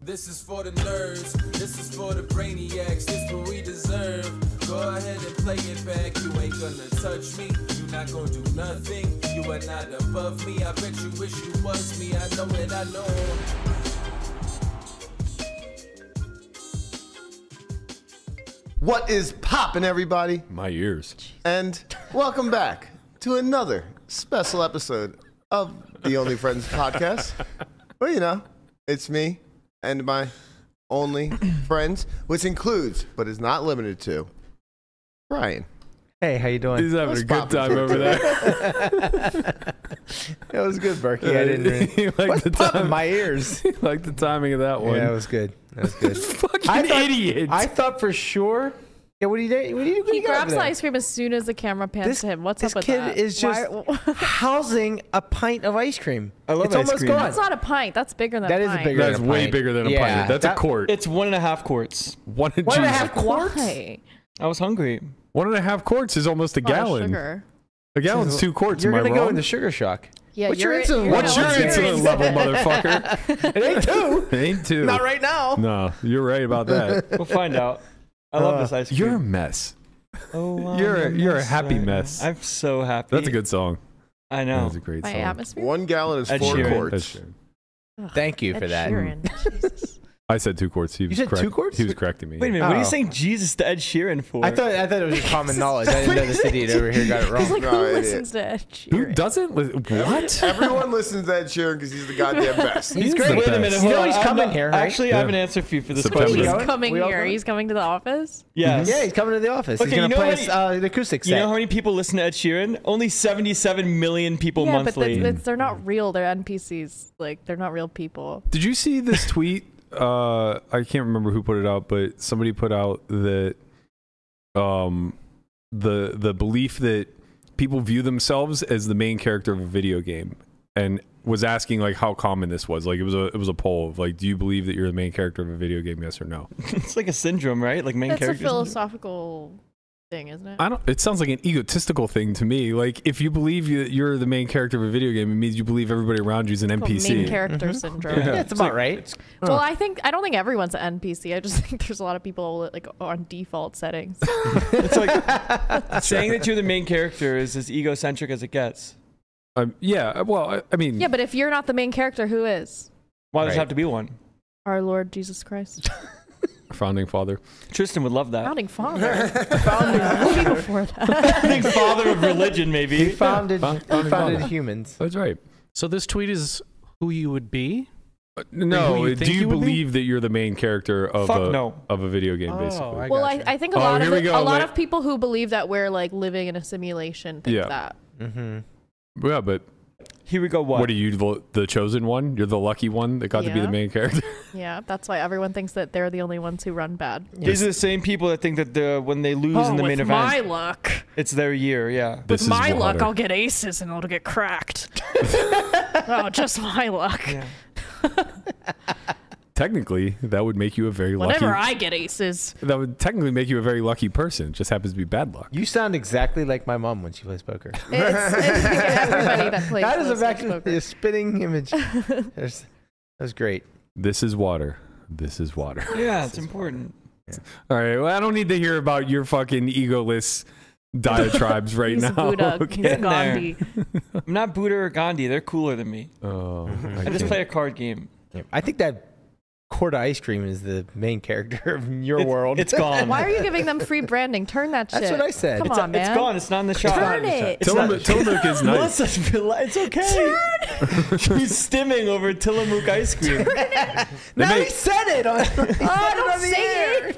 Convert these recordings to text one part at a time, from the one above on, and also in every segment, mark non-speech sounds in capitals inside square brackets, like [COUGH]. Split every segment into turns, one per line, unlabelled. This is for the nerds, this is for the brainiacs, this what we deserve. Go ahead and play it back, you ain't gonna touch me, you not gonna do nothing, you are not above me. I bet you wish you was me, I know it, I know.
What is poppin', everybody?
My ears.
And welcome back to another special episode of the Only Friends podcast. Well, you know, it's me and my only friends, which includes, but is not limited to, Brian.
Hey, how you doing?
He's having
What's
a good
poppin'?
time over there.
That was good, Berkey. I didn't. [LAUGHS]
[LAUGHS]
Really...
he liked
What's
the
popping
time-
my ears?
he liked the timing of that one. [LAUGHS]
[LAUGHS] Yeah, that was good. That was good.
Fucking
I thought-
idiot.
I thought for sure. Yeah, what do you do? What do you do?
He grabs the ice cream as soon as the camera pans
This,
to him. What's
this
up with
kid
that?
is
Why-
just housing a pint of ice cream. I
love
it's
ice
almost
cream.
gone.
[LAUGHS] That's not a pint. That's bigger than
That
a
is a
pint.
bigger-
That's
a
way
pint.
bigger than a
Yeah,
pint. That's
that-
a quart.
It's one and a half quarts.
One,
One and
Jesus.
a half quarts.
Why?
I was hungry.
One and a half quarts is almost a
A lot of
gallon.
Oh, Sugar.
A gallon's two quarts.
You're
am I
gonna
wrong?
go into sugar shock.
Yeah,
What's your
you're-
insulin
you're-
What's your
Yeah, what's your
insulin level, motherfucker? [LAUGHS]
It ain't two.
Ain't two.
not right now.
No, you're right about
[LAUGHS]
that.
We'll find out. I love this ice cream.
You're a mess.
oh,
you're a-
I'm
you're a
mess
happy
right now.
mess.
I'm so happy.
That's a good song. That
I know.
was a great
[LAUGHS] My
song.
atmosphere.
One gallon is
Ed
four
Sheeran.
quarts.
That's true.
Ugh,
Thank you
Ed
for that. [LAUGHS]
Sheeran. Jesus.
I said two quarts. He was
said two
correct-
quarts?
He was correcting me.
Wait a minute. What are
Oh.
you saying Jesus to Ed Sheeran for?
I thought I thought it was just common knowledge. I didn't know this idiot over here got it
He's
wrong.
[LAUGHS] like,
No,
who
idiot.
listens to Ed
Who
Sheeran?
doesn't? Li- what?
Everyone listens to Ed Sheeran because he's the goddamn best.
He's
He's
great.
the
Wait a
best.
minute.
You
Hold
know
on.
he's
I'm
coming
not-
here, right?
Actually, I have an answer for you for this
September.
question.
He's
Going?
coming
We all
here.
going?
He's coming to the office.
Yes.
yeah, he's coming to the office.
Okay,
he's gonna
you know
play
what?
us uh, the acoustic set.
You know how many people listen to Ed Sheeran? Only 77 million people
yeah, but
monthly.
that's, that's, they're not real. They're NPCs. Like they're not real people.
Did you see this
[LAUGHS]
tweet? Uh, I can't remember who put it out, but somebody put out that um, the the belief that people view themselves as the main character of a video game, and was asking like how common this was. Like it was a it was a poll of like, do you believe that you're the main character of a video game? Yes or no?
[LAUGHS] it's like a syndrome, right? Like main
That's a
character. syndrome.
philosophical thing, isn't it?
I don't. It sounds like an egotistical thing to me. Like if you believe that you're the main character of a video game, it means you believe everybody around you is an
Called Main
NPC.
character syndrome.
yeah, it's, about right.
Well, I think I don't think everyone's an NPC. I just [LAUGHS] think there's a lot of people like on default settings.
It's like
[LAUGHS]
saying that you're the main character is as egocentric as it gets.
Um, yeah. Well, I, I mean,
yeah, but if you're not the main character, who is?
Why does
Right.
it have to be one?
Our Lord Jesus Christ,
founding father.
Tristan would love
[LAUGHS]
that.
[LAUGHS]
founding father.
[LAUGHS]
Way before that.
founding [LAUGHS] father of religion,
He
maybe.
founded
Found-
he founded humans.
That's right.
So this tweet is who you would be.
No,
who you
do
think
you
you would be?
believe that you're the main character of
Fuck
a
no.
of a video game?
Oh,
basically,
[LAUGHS]
I-
Well, I,
gotcha.
I think a
Oh,
lot
here
of
we
it-
go.
a lot
Wait.
of people who believe that we're like living in a simulation think
Yeah.
that.
Mm-hmm.
yeah. But
Here we go.
what?
What?
are you, the, the chosen one? You're the lucky one that got to be the
Yeah.
main [LAUGHS] character.
Yeah, that's why everyone thinks that they're the only ones who run bad.
These are the same people that think that the, when they lose in the main
with
event,
Oh, my luck,
it's their year. Yeah.
This
with
is
my
water.
luck, I'll get aces and I'll get
[LAUGHS]
cracked. oh, just my luck.
Yeah.
Technically, that would make you a very
Whenever
lucky.
I get aces,
that would technically make you a very lucky person. It just happens to be bad luck.
You sound exactly like my mom when she plays poker.
it's,
[LAUGHS]
it's everybody that plays.
that is
those
a
types
back
of poker.
a spitting
[LAUGHS]
image. There's, that was great.
This is water. This is water. [LAUGHS]
Yeah, it's important.
All right. Well, I don't need to hear about your fucking egoless diatribes right
[LAUGHS] He's a
now. [LAUGHS]
Buddha.
Okay.
He's a
Get in there.
Gandhi.
I'm not Buddha or Gandhi. They're cooler than me.
Oh,
I just play a card game.
I think that quart of ice cream is the main character [LAUGHS] of your
It's-
world. [LAUGHS]
It's gone.
[LAUGHS] Why are you giving them free branding? Turn that shit.
That's what I said.
Come
It's-
on, man.
It's gone. It's not in the shop.
Turn it.
It's not-
Tillamook,
[LAUGHS]
Tillamook
[LAUGHS]
is nice.
Melissa's rela- it's okay. She's stimming over Tillamook ice cream.
no,
They
he
make-
said it
[LAUGHS]
on.
Oh, don't say it.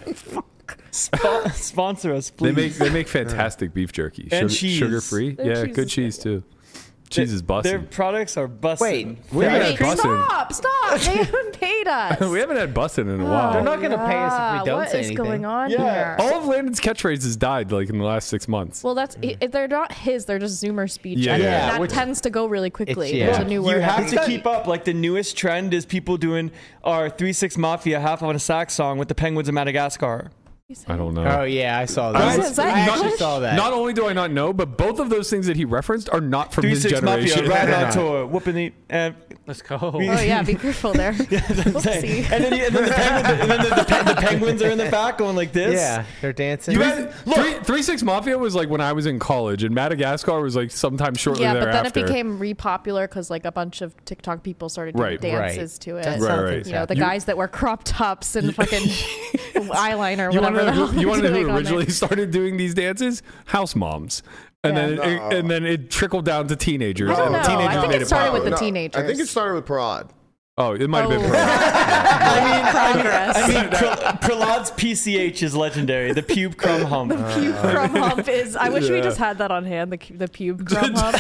Spo- sponsor us,
They
please.
make they
[LAUGHS]
make fantastic beef jerky.
And cheese.
sugar free.
Their
Yeah,
cheese
good
is
cheese too. Cheese is busting.
Their products are busting.
Wait, we
Yeah,
Wait,
busted.
stop! Stop!
[LAUGHS]
They haven't paid
[LAUGHS]
us.
we haven't had busting in a
Oh.
while.
They're not going to pay us if
Ah,
we don't
what
say
is
anything.
going on here?
Yeah.
All of Landon's catchphrases died like in the last six months.
Well, that's i- if they're not his, they're just Zoomer speech.
Yeah,
and
yeah.
that
Which-
tends to go really quickly.
It's- yeah.
There's a
Look,
new word.
You have
every-
to keep up. Like the newest trend is people doing our Three Six Mafia half on a sax song with the Penguins of Madagascar.
you say?
I don't know.
Oh yeah, I saw that.
I
I,
was- Is that
actually
English?
saw that.
Not only do I not know, but both of those things that he referenced are not from
Three
his
Six Mafia,
generation.
right
They're
on
not.
tour, whooping the. Uh, [LAUGHS]
Let's go.
Oh yeah, be careful there.
[LAUGHS]
Whoopsie.
and then, he- and then, the, penguin, and then the, the, pe- the penguins are in the back going like this.
yeah, they're
[LAUGHS]
dancing.
Three- three, three Six Mafia was like when I was in college, and Madagascar was like sometime shortly
yeah, but then
thereafter.
it became repopular because like a bunch of TikTok people started doing
Right.
Right.
dances to it.
That's
Right,
something
right.
that's
You know, the
You-
guys that wear crop
[LAUGHS]
tops and fucking eyeliner,
you want
whatever.
to know
the hell
who, you
they're
wanna know
doing
who
on there.
originally started doing these dances? House moms, and then
Yeah. Oh,
it,
No.
and then it trickled down to teenagers.
I don't
and
know.
Teenagers
I think
made
it started with
popular.
the teenagers.
I think it started with Parad.
Oh, it might have been.
Oh. [LAUGHS]
Prom.
I mean,
Progress.
I mean, Pre- Prelad's PCH is legendary. The pube
[LAUGHS]
crumb hump.
pube crumb hump is. I wish we
Uh, Yeah.
just had that on hand. The, cu-
[LAUGHS]
the pube crumb hump.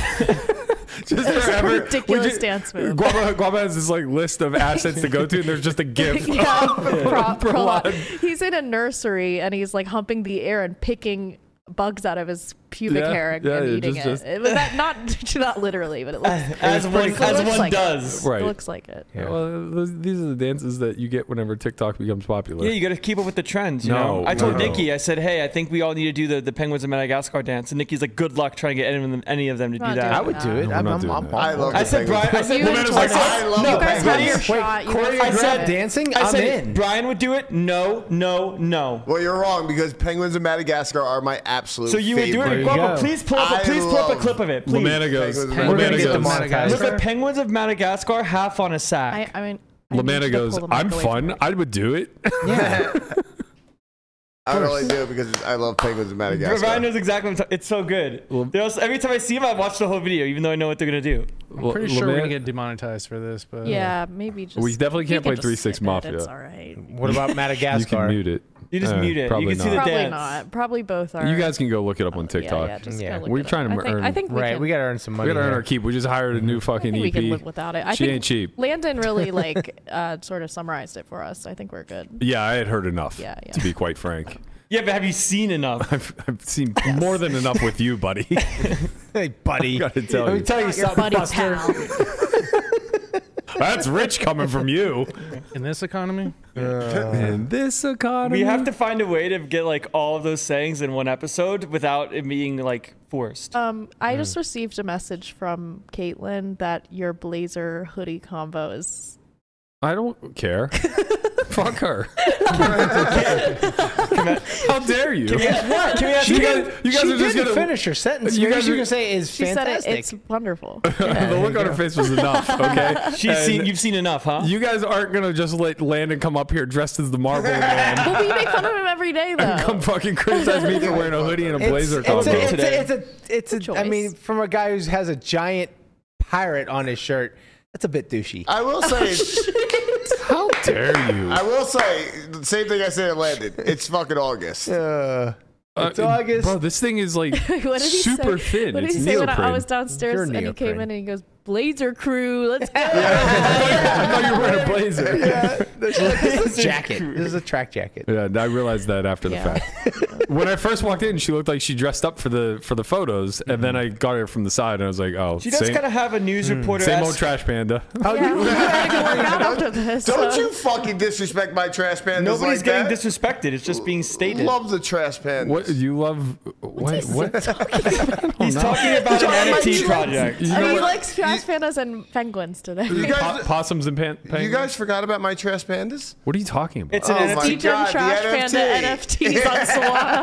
Just
It's a
forever. We
ridiculous
just-
dance move.
Guava, Guava has this like list of assets to go to, and there's just a
[LAUGHS]
gift.
yeah,
[LAUGHS]
pro-
Prawn.
prolon. He's in a nursery and he's like humping the air and picking bugs out of his pubic
Yeah,
hair and,
yeah,
and
it
eating
just-
it.
just-
it. was that not [LAUGHS] not literally, but it looks,
As one,
pretty
as
close.
one
Like-
does.
it
Right.
looks like it.
Yeah.
Well, those, these are the dances that you get whenever TikTok becomes popular.
Yeah, you got to keep up with the trends. You
No,
know? I told
no.
Nikki, I said, "Hey, I think we all need to do the, the penguins of Madagascar dance." And Nikki's like, "Good luck trying to get any of them, any of them to
Not
do that."
I would do it.
No,
I'm,
we're not
I'm,
doing
I'm,
that.
I
all
love
for
I
it.
said, Brian, I said,
You
Brian-
and
I said,
Jordan.
I love
no,
you guys
Brian-
have your shot. You guys
choreographed
have it.
dancing.
I
I'm
said,
in.
Brian would do it. No, no, no.
Well, you're wrong because penguins of Madagascar are my absolute.
So you would do
favorite.
it.
you
Guapo,
go.
please pull up.
I
a please pull up a
love
clip of it. Please.
Lamanna goes.
Penguins.
We're
We're
Lamanna
gonna get
goes.
demonetized.
Look at penguins of Madagascar half on a
I,
sack.
I mean, I need you
Lamanna
to
goes.
pull the
I'm
microwave
fun. [LAUGHS]
back."
I would do it.
[LAUGHS]
I would only do it because I love penguins of Madagascar.
Brian knows exactly. What I'm ta- it's so good. They also- every time I see him, I watch the whole video, even though I know what they're gonna do.
I'm pretty sure we're gonna get demonetized for this, but
Yeah, maybe just.
We definitely
you
can't
can
play
just
3-6
skip it,
Mafia.
It's all right.
What about
You can
Madagascar?
mute it. Uh,
You just mute it. You
probably
can
not.
see the-
Probably
dance.
not. Probably both are.
You guys can go look it up on
Uh, Yeah,
TikTok.
Yeah, just
Yeah.
go look
We're
it
trying to
up. I think, I
earn-
think we
Right,
can,
we gotta earn some
We
money.
gotta earn
here.
our keep. We just hired a new
I
fucking
think
EP.
we can live without it. I
She
think
ain't cheap.
Landon
[LAUGHS]
really like uh, sort of summarized it for us. I think we're good.
Yeah, I had heard enough.
Yeah, yeah.
To be quite frank,
Yeah, but have you
[LAUGHS]
seen enough?
I've, I've seen more than enough with you, buddy.
hey, buddy.
Gotta tell
Let me
you.
tell you
Not your
something,
buddy
Buster.
pal.
That's rich coming from you.
in this economy,
Uh,
In this economy,
We have to find a way to get like all of those sayings in one episode without it being like forced.
Um, I
Mm.
just received a message from Caitlin that your blazer hoodie combo is.
I don't care. Fuck her. How dare you?
What?
Can we ask
She
you
guys, you
guys?
guys
she
are just
didn't
gonna
finish her sentence.
You
You
guys
guys
are-
are gonna say is
She
fantastic.
said it, it's
[LAUGHS]
wonderful.
the [LAUGHS] look on her face was enough. Okay,
She's
And
seen. You've seen enough, huh?
You guys aren't gonna just let Landon come up here dressed as the Marvel Man.
well, we make fun of him every day [LAUGHS] though.
and Come fucking criticize me for wearing a hoodie and a blazer
it's,
combo.
a, it's,
today.
a, it's a it's
Good
a I mean,
choice.
from a guy who has a giant pirate on his shirt, that's a bit douchey.
I will
Oh,
say,
How dare you?
I will say, the same thing I said at Landon. It's fucking August.
Uh, it's
Uh,
August.
Bro, this thing is like
[LAUGHS] what did he
super
say?
thin.
What did
it's
he say when I, I
neoprene.
was downstairs
You're
and he came
neoprene.
in and he goes, "Blazer crew, let's [LAUGHS] go."
I thought you were wearing a blazer. Yeah.
[LAUGHS] this is a jacket. This is a track jacket.
I realized that after the
Yeah.
fact. When I first walked in, she looked like she dressed up for the for the photos, and then I
Mm-hmm.
got her from the side, and I was like, "Oh,
she does
same,
kind of have a news reporter.
same old trash panda."
Yeah, we gotta go work out after [LAUGHS] this.
Don't
so-
you fucking disrespect my trash pandas
Nobody's
like
getting
that.
disrespected. It's just being stated.
Love the trash pandas.
What you love? What? what?
He's talking about an NFT
I
project.
mean,
know
he
what?
likes trash pandas and penguins [LAUGHS] today.
You
Po-
guys,
possums and pan- penguins.
you guys forgot about my trash pandas?
what are you talking about?
It's an
Oh
NFT.
my
Teach him
God, the
trash
NFT.
panda NFTs on Solana.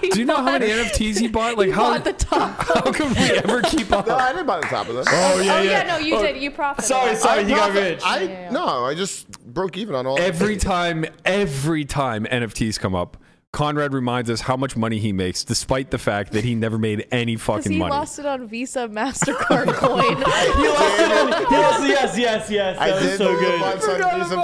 [LAUGHS]
Do you know how many NFTs he bought? Like how?
on the top?
how could we ever keep up?
No, I didn't buy the top of them.
Oh
oh [LAUGHS] yeah, no, you did. You profited.
Sorry, sorry, he got rich.
I
Yeah, yeah.
no, I just broke even on all.
Every time, every time NFTs come up, Conrad reminds us how much money he makes, despite the fact that he never made any
Because
fucking
he
money.
lost it on Visa, [LAUGHS] Mastercard, coin.
He lost it on- he lost- yes, yes, yes.
I
That was
did
so
lose
good.
a bunch on Visa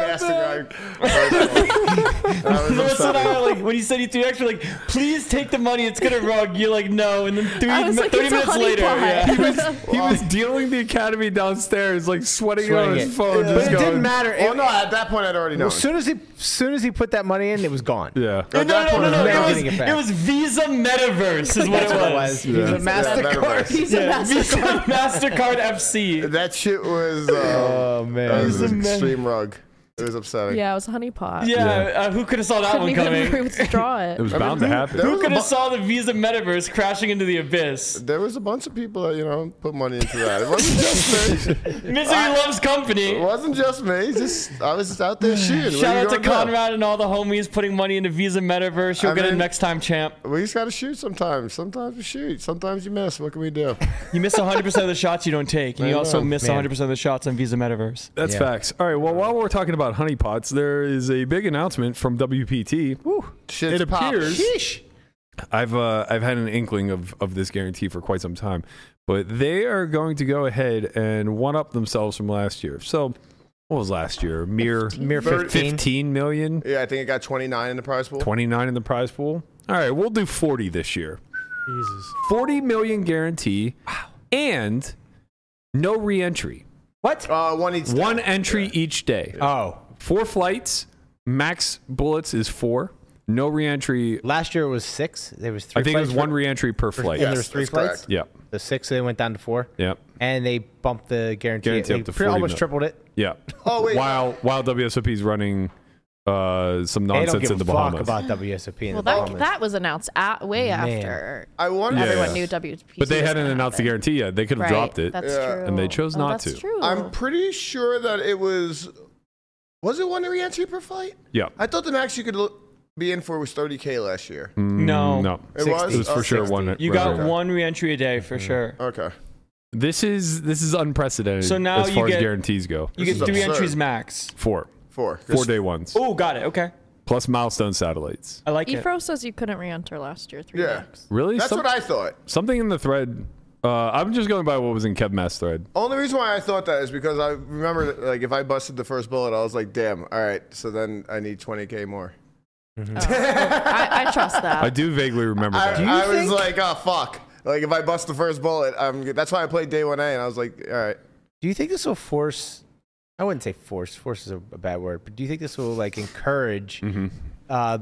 Mastercard. That was
Melissa and
upsetting.
I were like, when you said you threw extra, like, please take the money. It's gonna rug. You're like, no. And then three,
I was like,
30
it's a
minutes
honey
later,
pot.
yeah.
[LAUGHS]
He was dealing the academy downstairs, like sweating,
Sweating
on his
it.
phone.
But
Just
it
going,
didn't matter. It-
Well, no, at that point I'd already known.
as soon as he, as soon as he put that money in, it was gone.
Yeah.
No,
At
no,
that
no,
point,
no, no.
Never
It was,
getting it back.
it was Visa Metaverse, is what it
That's what it
was.
was. He was a
that
master.
Metaverse.
Visa,
Yeah, Visa [LAUGHS]
Mastercard.
Mastercard FC. [LAUGHS]
That shit was, uh,
Oh
that
man.
Uh, was an extreme rug. It was upsetting.
Yeah, it was honey pot.
Yeah, Uh, who could have saw that
Couldn't
one
even [LAUGHS]
coming?
withdraw it.
It was
I mean,
bound to
who-
happen.
there
Who
was a
could have
bu-
saw the Visa metaverse crashing into
[LAUGHS]
the abyss?
There was a bunch of people that you know put money into that. It wasn't just me.
Misery loves company.
It wasn't just me. It's Just I was just out there shooting. What
Shout
are you
out to
gonna do?
Conrad and all the homies putting money into Visa Metaverse. You'll
I
get it
mean-
next
[LAUGHS]
time, champ.
We just gotta shoot sometimes. Sometimes we shoot. Sometimes you miss. What can we
[LAUGHS]
do?
You miss 100% of the shots you don't take, and you
Man,
also
oh,
miss
man.
100% of the shots on Visa Metaverse.
That's
Yeah.
facts. All right. Well, while we're talking about honeypots, there is a big announcement from WPT. Woo.
Shit's
it
poppin'.
appears I've uh, I've had an inkling of of this guarantee for quite some time, but they are going to go ahead and one up themselves from last year. So what was last year? A Mere
Mere
15.
15.
fifteen million,
Yeah, I think it got 29 in the prize pool.
twenty nine in the prize pool. All right, we'll do forty this year.
Jesus.
40 million guarantee and no re-entry
What?
Uh, one each.
one entry each day Uh,
Oh,
four flights max bullets is four no re-entry
last year it was six. There was three.
i think it was
flights
one
for-
re-entry per flight
And
Yes,
there was three
that's
flights.
correct.
yep
The six, they went down to four,
yep
and they bumped the guarantee.
Guarantee
They
up to 40
pretty almost
mil.
tripled it.
yep
Oh wait.
while while wsop is running uh some
They don't
nonsense
give
in the
a fuck
bahamas
about WSOP. In
Well,
the
that
Bahamas.
that was announced at, way
Man.
after
I wonder.
Yeah.
everyone knew WPT.
but they
was
hadn't
gonna
announced the
happen.
guarantee yet they could have
Right,
dropped it
That's
Yeah.
true.
And they chose
Oh,
not to.
that's True.
I'm pretty sure that it was. Was it one re-entry per flight?
yeah
I thought the max you could l- be in for was 30k last year.
No.
no
It
60.
was.
Mm, it was for
Oh,
sure
60.
one
You
right,
got
right.
one re-entry a day for sure.
Okay.
this is this is unprecedented
So now
as
you
far as
get-
guarantees go
You
This
get
is
three
absurd.
entries max.
four
Four.
four day ones
Oh, got it. Okay.
plus milestone satellites.
I like it.
Efro says you couldn't re-enter last year. Three
Yeah.
[LAUGHS]
bucks.
Really?
That's what I thought.
something in the thread. Uh, I'm just going by what was in Kevmass thread.
Only reason why I thought that is because I remember, that, like, if I busted the first bullet, I was like, "Damn, all right." So then I need 20k more.
Oh. I, I trust that.
[LAUGHS]
Uh,
I do vaguely remember
I,
that.
I was like, "Oh fuck!" Like, if I bust the first bullet, I'm. good. That's why I played day one A, and I was like, "All right."
Do you think this will force? I wouldn't say force. Force is a a bad word, but do you think this will like encourage
Mm. Mm-hmm.
uh,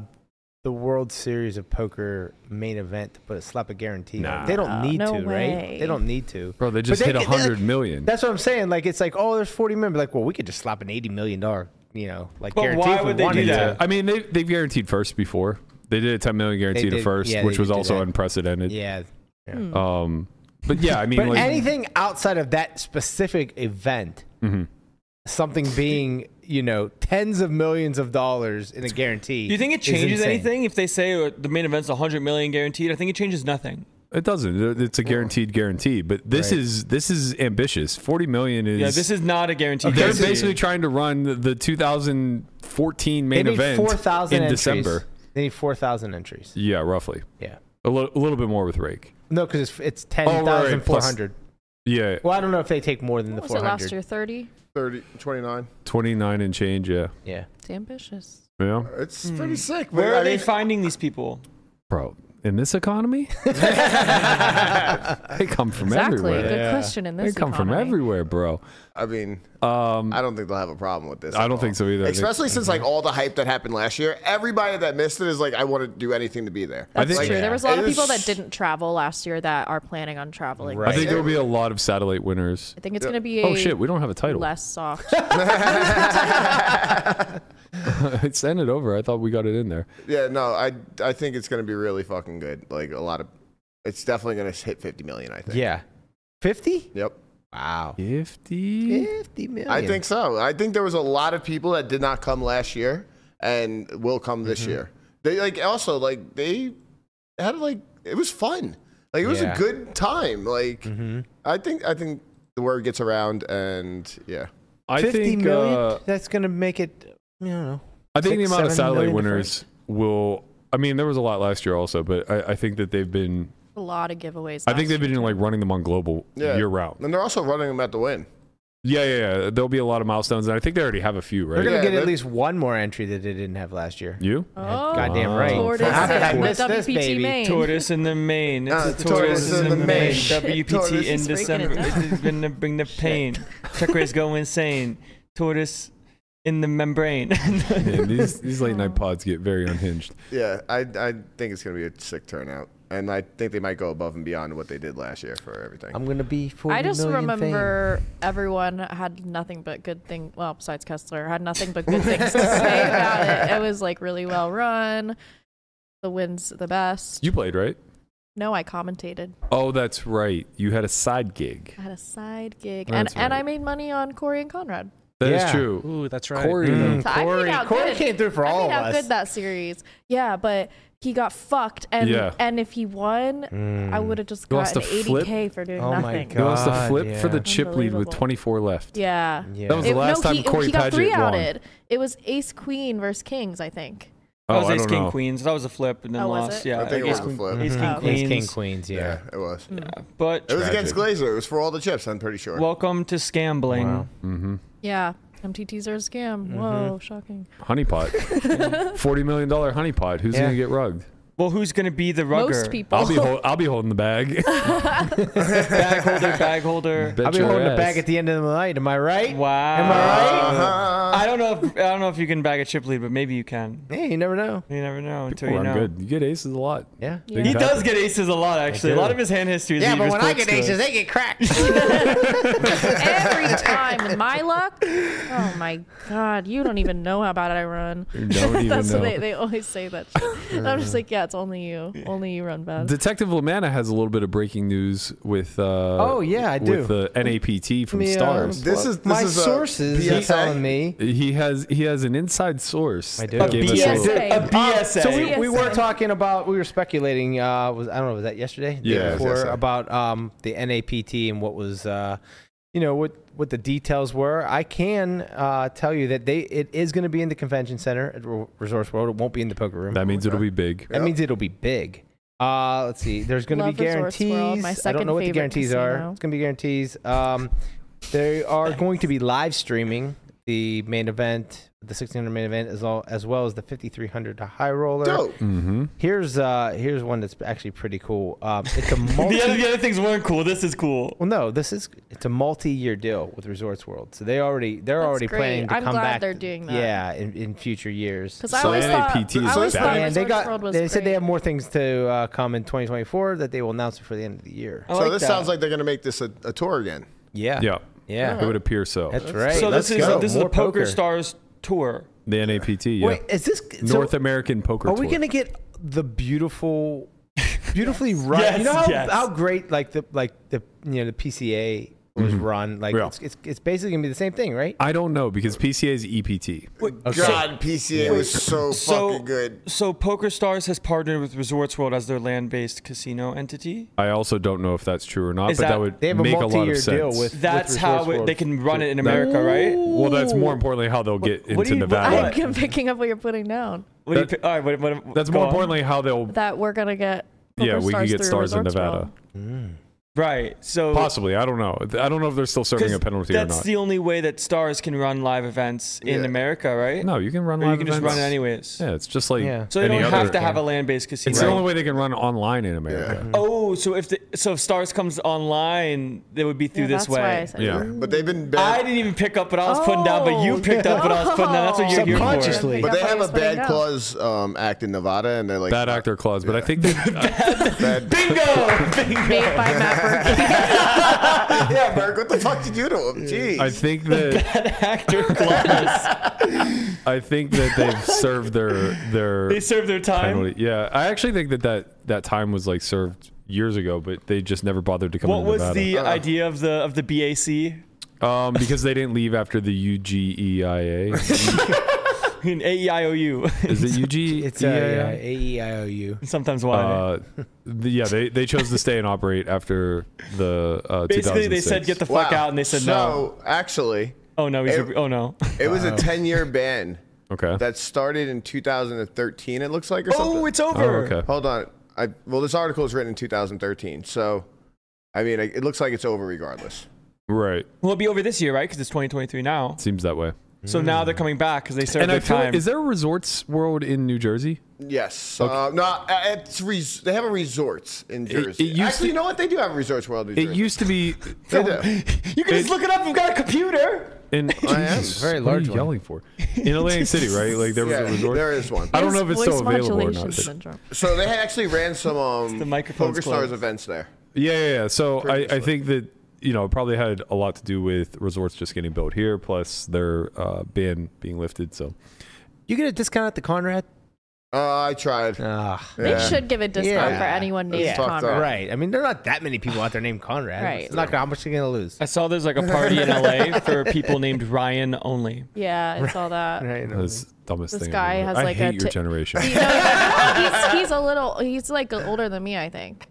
the World Series of Poker main event to put a slap a guarantee? on it?
Nah.
They don't need
No
to, right?
way.
They don't need to.
Bro, they
But
just hit
could-
a hundred million.
That's what I'm saying. Like it's like, oh, there's 40 million. But like, well, we could just slap an 80 million dollar, you know, like
But
guarantee.
why
if we
would they do
wanted
that?
to.
I mean, they they've guaranteed first before. They did a 10 million guarantee to
did-
first,
yeah, they
which was
did do
also
that.
unprecedented.
Yeah. yeah.
Um, but yeah,
[LAUGHS]
I mean,
But
like,
anything outside of that specific event,
Mm-hmm.
something being you know tens of millions of dollars in a guarantee.
Do you think it
is
changes
insane.
anything if they say uh, the main event's 100 million guaranteed? I think it changes nothing.
it doesn't. It's a guaranteed guarantee. But this is this is ambitious. 40 million is.
Yeah, this is not a guarantee.
They're
guarantee.
basically trying to run the- the 2014
They
main
need
event
four thousand
in
entries.
December.
They need four thousand entries.
Yeah, roughly.
Yeah.
A, li- a little bit more with Rake.
No, because it's it's ten
right,
thousand four hundred.
plus- Yeah,
Well, I don't know if they take more than
What
the
was it
four
last
hundred.
year? Thirty.
30, 29.
29 and change. Yeah.
Yeah.
It's ambitious.
Yeah.
It's pretty sick. but
Hmm. Where
I
are they
mean-
finding these people?
Bro, in this
[LAUGHS]
economy? they come from
Exactly.
everywhere.
Good
Yeah.
question in
They
this.
come from
economy.
everywhere, bro.
I mean,
Um,
I don't think they'll have a problem with this.
I
at
don't
all.
think so either. I think-
Especially since like all the hype that happened last year, everybody that missed it is like, I want to do anything to be there.
I
That's
think-
true.
Yeah.
There was a lot
It
of people
is-
that didn't travel last year that are planning on traveling.
Right.
I think there will be a lot of satellite winners.
I think it's going to be a
Oh shit, we don't have a title. [LAUGHS]
less soft.
it sent it over. I thought we got it in there.
Yeah, no, I I think it's gonna be really fucking good. Like a lot of, it's definitely gonna hit 50 million. I think.
Yeah. Fifty.
Yep.
Wow.
50?
Fifty million.
I think so. I think there was a lot of people that did not come last year and will come this
Mm-hmm.
year. They like also like they had like it was fun. Like it was
Yeah. Mm-hmm.
a good time. Like I think I think the word gets around and yeah.
I
Fifty million.
think uh,
That's gonna make it. You know.
I think
Six,
the amount of
seven
satellite
million
winners will I mean there was a lot last year also, but I, I think that they've been
a lot of giveaways.
I think they've
last
been like running them on global
Yeah.
year round.
And they're also running them at the win.
Yeah, yeah, yeah. There'll be a lot of milestones and I think they already have a few,
They're
right?
gonna
Yeah,
get
that-
at least one more entry that they didn't have last year.
You?
Oh,
Goddamn right.
Tortoise
How did I
in
miss
the
this,
WPT
baby?
main.
Tortoise in the main. It's
Uh,
a
the
tortoise,
tortoise
in, the main. WPT
Tortoise
in
is freaking
December.
it out.
It's gonna bring the pain. Check rays go insane. Tortoise in the membrane. [LAUGHS]
Yeah, these these late night pods get very unhinged.
Yeah, I I think it's gonna be a sick turnout. and I think they might go above and beyond what they did last year for everything.
I'm gonna be forty
I just
million fame.
remember everyone had nothing but good thing. Well, besides Kessler, had nothing but good things to say about it. It was like really well run. The win's the best.
You played, right?
No, I commentated.
Oh, that's right. You had a side gig.
I had a side gig,
That's
and and
right.
I made money on Corey and Conrad.
That is
Yeah.
true.
Ooh, that's right.
Corey,
Mm.
So I made out
Corey
good.
came through for
I
all of
mean, how
us.
good that series. Yeah, but he got fucked, and
Yeah. Mm.
and if he won,
Mm.
I would have just
He lost
gotten
the flip.
80k for doing
Oh my
nothing.
he lost the
God,
flip for
yeah.
the chip lead with
Unbelievable.
24 left.
Yeah.
Yeah.
That was the
It-
last
no,
time
he,
Corey
he got
Paget
three
won.
outed. It was Ace Queen versus Kings, I think.
Oh,
that was
I
Ace
don't
King
know.
Queens. That was a flip and then
Oh, was
lost.
it?
Yeah,
I think it
Ace
was a flip.
Ace King
Mhm.
Queens.
Oh, Ace King Queens, yeah.
yeah, it was.
But
It was against Glazer. It was for all the chips. I'm pretty sure.
welcome to scambling.
Wow.
Mm-hmm.
Yeah. MTTs are a scam. Whoa, shocking.
Honeypot. $40 million honeypot. Who's
Yeah.
going to get rugged?
Well, who's gonna be the rugger?
Most people. [LAUGHS]
I'll be, hol- I'll be holding the bag.
Bag holder, bag holder.
Bet
I'll be
your
holding
ass.
it back at the end of the night. Am I right?
Wow.
Am I right?
I don't know. If, I don't know if you can bag a chip lead, but maybe you can.
Yeah, you never know.
You never know until
Ooh,
you
Oh, I'm
know.
good. You get aces a lot.
Yeah.
Yeah.
He
Things
does
happen.
get aces a lot, actually. A
do.
lot of his hand history. Is
Yeah,
he
but when I
reports
get
to
aces,
it.
they get cracked.
Every
[LAUGHS]
time with my luck. Oh my God. You don't even know how bad I run.
You
[LAUGHS]
don't even
That's
know.
what they, they always say that shit. And I'm just like, yeah, it's only you. Only you run bad.
Detective Lamanna has a little bit of breaking news with. Uh,
Oh, yeah, I
With uh,
do.
the NAPT from
Me, uh,
Stars.
This is- this
my
is a
sources are
PSA?
telling me.
He has he has an inside source.
I do.
that
A
gave us
BSA.
little-
little-
A BSA.
uh, So we, we were
PSA.
talking about we were speculating. Uh, was I don't know was that yesterday? Day
Yeah, it was
before,
yesterday.
about um, the NAPT and what was uh, you know what what the details were. I can uh, tell you that they it is going to be in the convention center at Re- Resource World. It won't be in the poker room.
that means it'll be big.
That means it'll be big. Uh, let's see. There's going to be
Love Resorts
guarantees.
World, my
I don't
second
know what the
favorite
guarantees are.
casino.
It's going to be guarantees. Um, they are going to be live streaming the main event, the 1600 main event, as well as, well as the 5300 high roller.
Dope.
Mm-hmm.
Here's uh, here's one that's actually pretty cool. Um, it's
[LAUGHS]
a multi.
The other, the other things weren't cool. This is cool.
well, no, this is it's a multi-year deal with Resorts World, so they already they're
That's
already
great.
planning to
I'm
come
glad
back.
they're doing that.
Yeah, in, in future years.
Because I
So
always thought,
NAPT is
I always
bad.
thought
and they
Resorts
got
World was
they said they
great.
have more things to uh, come in 2024 that they will announce before the end of the year.
I
So
like
this
that.
sounds like they're gonna make this a, a tour again.
Yeah,
Yeah.
yeah.
It would appear so.
That's right.
so
Let's
this is
go.
this is
More
a poker, stars tour.
The NAPT. Yeah.
Wait, is this so
North American Poker.
Are we
Tour.
gonna get the beautiful, beautifully run?
Yes,
you know how,
yes.
how great like the like the you know the PCA was run. Like
Mm-hmm. Yeah.
it's, it's it's basically gonna be the same thing, right?
I don't know because PCA is E EPT.
God, PCA was so,
So
fucking good.
So poker stars has partnered with Resorts World as their land-based casino entity.
I also don't know if that's true or not,
Is
but that,
that-
would
They have a
make a lot
multi-year
of sense.
deal with.
That's
with
how
Resource
it, they
World.
can run it in America, right?
well, that's more importantly how they'll get
what do
into
you-
Nevada.
what-
I'm [LAUGHS] picking up what you're putting down.
What do you
That-
pi- all right, what, what,
that's
go
more
on.
importantly how they'll
That we're gonna get.
yeah
poker
we can
stars
get
through
stars in
Resorts
Nevada
World.
Right. So
possibly. I don't know. I don't know if they're still serving
'cause
a penalty or
that's
not.
the only way that stars can run live events in
Yeah.
America, right?
no, you can run
Or
live
you can just
events.
run it anyways.
Yeah, it's just like
Yeah.
So they
any
don't
other.
have to have a land-based casino.
it's the only way they can run online in America.
Oh, so if the, so if Stars comes online, it would be through
Yeah,
this
that's why I
way.
said
Yeah.
that.
But they've been
I
bad.
didn't even pick up what I was putting down, but you
Oh,
picked up what I was putting down. That's what you're here for.
Subconsciously.
But they have a
Somebody's
bad
putting down.
clause um, act in Nevada, and they're like
Bad actor clause, but I think they,
Bad.
Bingo! [LAUGHS] Bingo!
Made by Matt
[LAUGHS]
[LAUGHS]
Berkey.
yeah, Berg, what the fuck did
[LAUGHS]
you do to him? Jeez.
I think that
Actor clause.
[LAUGHS] I think that they've served their their
They served their time.
penalty. Yeah, I actually think that, that that time was like served years ago, but they just never bothered to come.
What
to
was
Nevada.
the idea of the of the BAC?
Um, because they didn't leave after the E
[LAUGHS]
UGEIA.
In AEIOU.
Is it UGEIA?
It's uh, yeah, A E I O U.
[LAUGHS] Sometimes why.
Uh, the, yeah, they, they chose to stay and operate after the uh,
Basically, they said
2006.
get the
Wow.
fuck out, and they said no.
So actually,
Oh no, he's
It-
oh no. [LAUGHS]
it was a ten-year ban
okay.
that started in 2013. It looks like or something.
Oh, it's
oh,
over.
okay.
Hold on. I well, this article was written in 2013, so I mean, it it looks like it's over regardless.
Right.
Well, it'll be over this year, right? Because it's 2023 now.
Seems that way.
So now they're coming back because they
Mm.
served
and I
their
feel,
time.
is there a Resorts World in New Jersey?
Yes. Uh, no, uh, it's res- they have a resorts in Jersey.
it used
Actually,
to-
you know what? They do have a resorts world. In New
It
Jersey.
used to be.
They do.
you can just
it-
look it up. You've got a computer.
In,
I am.
Jesus,
Very
what are
large
you
one.
yelling for? In Atlantic City, right? Like there was
Yeah,
a resort.
there is one.
I don't know if
His
it's still
voice
available or
modulation
not. but-
syndrome.
So they had actually ran some um,
the microphone's
Poker
closed.
Stars events there.
Yeah, yeah, yeah. So I, I
Previously.
think that you know it probably had a lot to do with resorts just getting built here, plus their uh, ban being lifted. So
You get a discount at the Conrad?
Uh, I tried.
Ah,
They
Yeah.
should give a discount
Yeah.
for anyone
That's
named
fucked up.
Conrad.
right. I mean, there are not that many people out there named Conrad.
Right.
It's not gonna, how much are you gonna lose?
I saw there's like a party in LA for people named Ryan only.
Yeah, it's all that.
Right.
that's the dumbest
This
thing. I've
guy
ever-
has,
I
like, a
hate your
ti- [LAUGHS]
generation.
You know, Oh, he's, he's a little. He's like older than me, I think.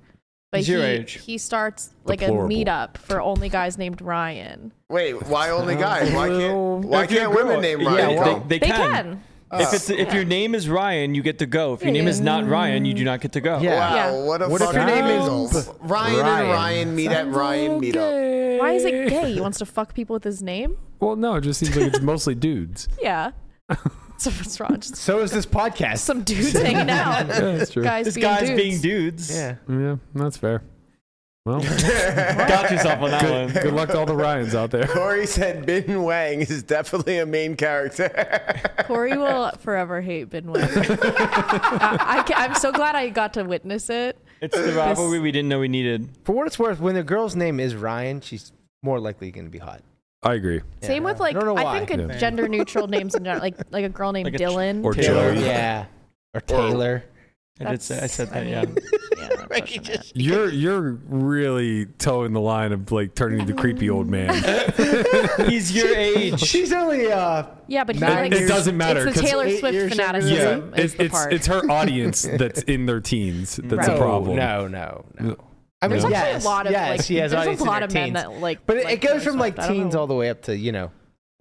But
He's
he,
your age.
he starts like
Deplorable.
a meetup for only guys named Ryan.
Wait, why only guys? Why can't why
If you're a
can't
girl-
women name
yeah,
Ryan?
they-
come?
They,
They
can.
can.
if it's if your name is Ryan, you get to go. If your name is not Ryan, you do not get to go.
Yeah.
wow,
Yeah.
what a
What if
fucking
your name is
insult. Ryan,
Ryan?
and Ryan meet at Ryan meetup.
Why is it gay? He wants to fuck people with his name?
Well, no, it just seems like it's mostly dudes.
Yeah.
[LAUGHS]
So what's wrong? Just
So is this podcast.
some dudes hanging
[LAUGHS]
out.
Yeah, that's true.
Guys,
This
being,
guy's
dudes.
being dudes.
yeah.
Yeah, that's fair. Well,
Got yourself on that
good,
one.
good luck to all the Ryans out there.
Corey said Bin Wang is definitely a main character. [LAUGHS]
Corey will forever hate Ben Wayne.
[LAUGHS]
I, I, am so glad I got to witness it.
It's the rivalry we didn't know we needed.
For what it's worth, when the girl's name is Ryan, she's more likely gonna be hot.
I agree.
Same with like
I don't know
I,
why.
think
Yeah.
gender neutral names in general, like like a girl named
Like a ch-
Dylan.
or
Taylor.
Joey.
Yeah. Or Taylor.
I did say I said that.
That's-
Yeah.
I mean, [LAUGHS] yeah, unfortunate.
You're you're really toeing the line of like turning into creepy old man.
[LAUGHS]
He's your age.
She's only uh
Yeah, but he
Nine
likes,
years- It
doesn't matter,
It's the
'cause
Taylor
eight
Swift
years younger than
Yeah,
fanaticism. is
it's
the
it's,
part.
it's her audience that's in their teens that's
Right.
a problem.
No, no, no. I
There's
Yeah.
actually a lot of
yes,
like.
she has
there's
audience
a
in
lot
her
of men
teens.
that like.
But it,
like
it goes from
Taylor
like
Swift. I don't
teens
know.
all the way up to you know,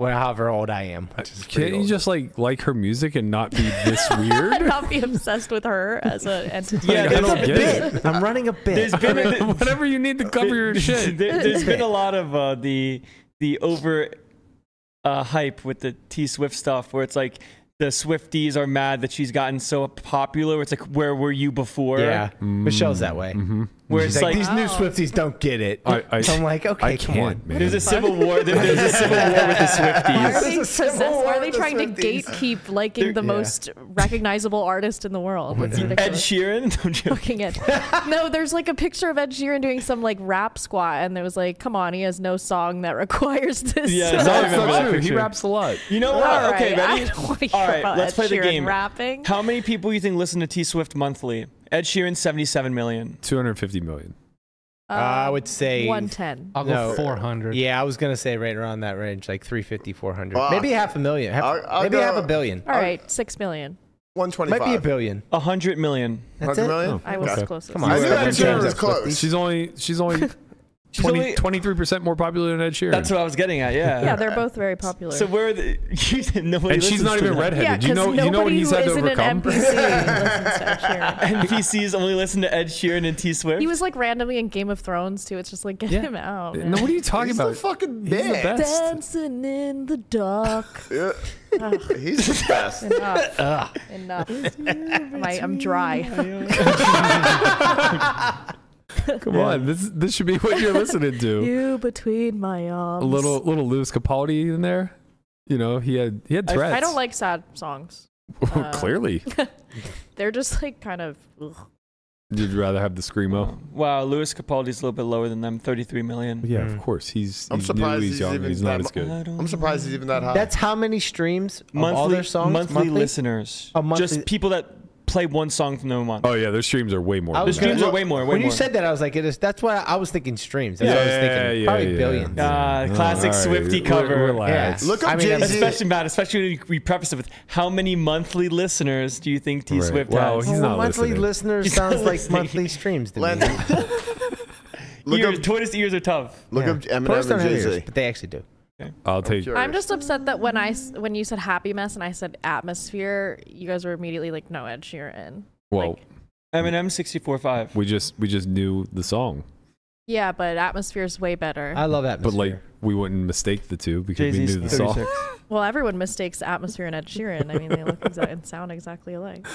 well, however old I am. Which is pretty
Can't you
old.
just like like her music and not be this weird?
[LAUGHS] Not be obsessed with her as an entity.
Yeah,
I
there's
don't
a
get it.
bit. I'm running a bit.
There's been a,
Whatever you need to cover your shit.
[LAUGHS] There, has
[LAUGHS]
been a lot of uh, the the over uh, hype with the T Swift stuff, where it's like the Swifties are mad that she's gotten so popular. It's like, where were you
[LAUGHS]
before?
yeah, Michelle's that way.
Where
Mm-hmm. She's
it's
like,
like,
these new Swifties don't get it.
I- I-
[LAUGHS] so I'm like, okay,
I
come on.
can't, man.
[LAUGHS]
[LAUGHS] there's a civil war. there- there's a civil war with the
Why
Swifties.
are they,
This is a
possessed,
civil war
why are they
with the
trying to
Swifties.
gatekeep liking the most recognizable artist in the world? It's
Ed
ridiculous.
Sheeran. [LAUGHS] I'm joking.
Fucking Ed. No, there's like a picture of Ed Sheeran doing some like rap squat, and there was like, "Come on, he has no song that [LAUGHS] requires this." [LAUGHS]
Yeah, it's
No,
not
it's
even
not
about
true. He
picture.
raps a lot.
You know what?
All right,
okay, ready?
I don't wanna
All
hear
right,
about
let's
Ed
play the
Sheeran
game.
Rapping.
How many people you think listen to T Swift monthly? Ed Sheeran, 77 million.
250 million.
Um,
I would say
110.
I'll
No.
go 400.
Yeah, I was gonna say right around that range, like 350, 400,
Fuck.
maybe half a million, half,
I'll- I'll
maybe
go-
half a billion,
All right, six million.
One
might be a
twenty-five.
billion.
100 million.
That's
Hundred
it.
million?
I was
Okay.
closest.
Come
I
on.
knew
[LAUGHS]
Whoever
that
turns
was
up
close.
She's only she's only 20,
only-
23% more popular than Ed Sheeran.
That's what I was getting at, yeah.
Yeah, they're both very popular.
So where are the. [LAUGHS] Nobody
and she's
listens
not
to
even
that. [LAUGHS]
yeah,
redheaded.
because
you know
nobody
you know what he's
who
had to
isn't
overcome?
an NPC listens to Ed Sheeran.
NPCs only listen to Ed Sheeran and T Swift.
He was like randomly in Game of Thrones too. It's just like get him out. man.
no, what are you talking
He's the
about?
fucking
He's the
best.
best.
Dancing in the dark.
Yeah. [LAUGHS] He's the best.
[LAUGHS]
Enough. Enough. [LAUGHS] My, I'm
[LAUGHS]
dry. [LAUGHS]
Come on, this this should be what you're listening to.
[LAUGHS] you between my arms.
A little little Lewis Capaldi in there. You know he had he had threats.
I don't uh, like sad songs.
[LAUGHS] Clearly,
They're just like kind of. ugh.
you'd rather have the screamo.
wow, Louis Capaldi's a little bit lower than them, 33 million.
Yeah, of course. He's,
I'm
he's
surprised
new, he's,
he's
young,
even
he's not
that
as good.
I don't-
I'm surprised he's even that high.
That's how many streams of
monthly,
all their songs
monthly, Oh, listeners.
A monthly-
Just people that play one song from them a month.
Oh yeah, their streams are way more.
I
than
was
the
that.
streams
gonna-
are way more. Way
when
more.
you said that, I was like, it is. That's what I, I was thinking. Streams. That's what I was thinking. Probably billions.
Ah, classic
all
Swiftie
Re-
cover.
relax.
Yeah.
Look up
I mean,
Jay Z.
Especially Matt, especially when we preface it with how many monthly listeners do you think T
Right.
Swift
Wow,
has?
he's
Well,
not
monthly
listening.
listeners
He's
sounds
not
like
listening.
monthly streams to me.
Landon, [LAUGHS] look
Ears,
up,
tortoise ears are tough.
look
Yeah.
up Eminem
Tourists don't
and
have
Jay
ears,
Z.
but they actually do.
I'll take.
I'm just upset that when I s- when you said happy mess and I said atmosphere, you guys were immediately like, no, Ed Sheeran.
Well,
Eminem 64.5.
we just we just knew the song.
Yeah, but atmosphere's way better.
I love atmosphere.
But like we wouldn't mistake the two because we
Jay-Z's
knew the song.
36.
well, everyone mistakes atmosphere and Ed Sheeran. I mean, they look exa- and sound exactly alike.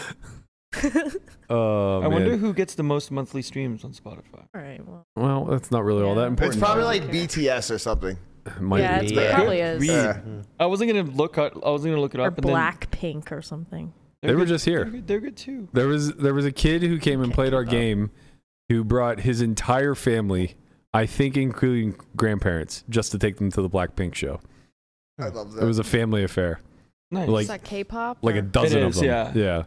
Oh,
I wonder
man.
who gets the most monthly streams on Spotify.
All right. Well,
Well, that's not really all that
Yeah.
important.
It's probably
now.
like BTS or something.
Might
yeah,
be.
it's,
Yeah.
it probably is.
Read.
Yeah.
I wasn't gonna look. Up, I wasn't gonna look it
Or
up. and then-
Blackpink or something.
they're
They were
good-
just
They're
here.
good, they're good too.
There was there was a kid who came and
Can't
played our
keep up.
game, who brought his entire family, I think including grandparents, just to take them to the Blackpink show.
I love that.
It was a family affair,
Nice.
Like-
is that K-pop?
like a
or-
dozen
is,
of them.
yeah.
yeah.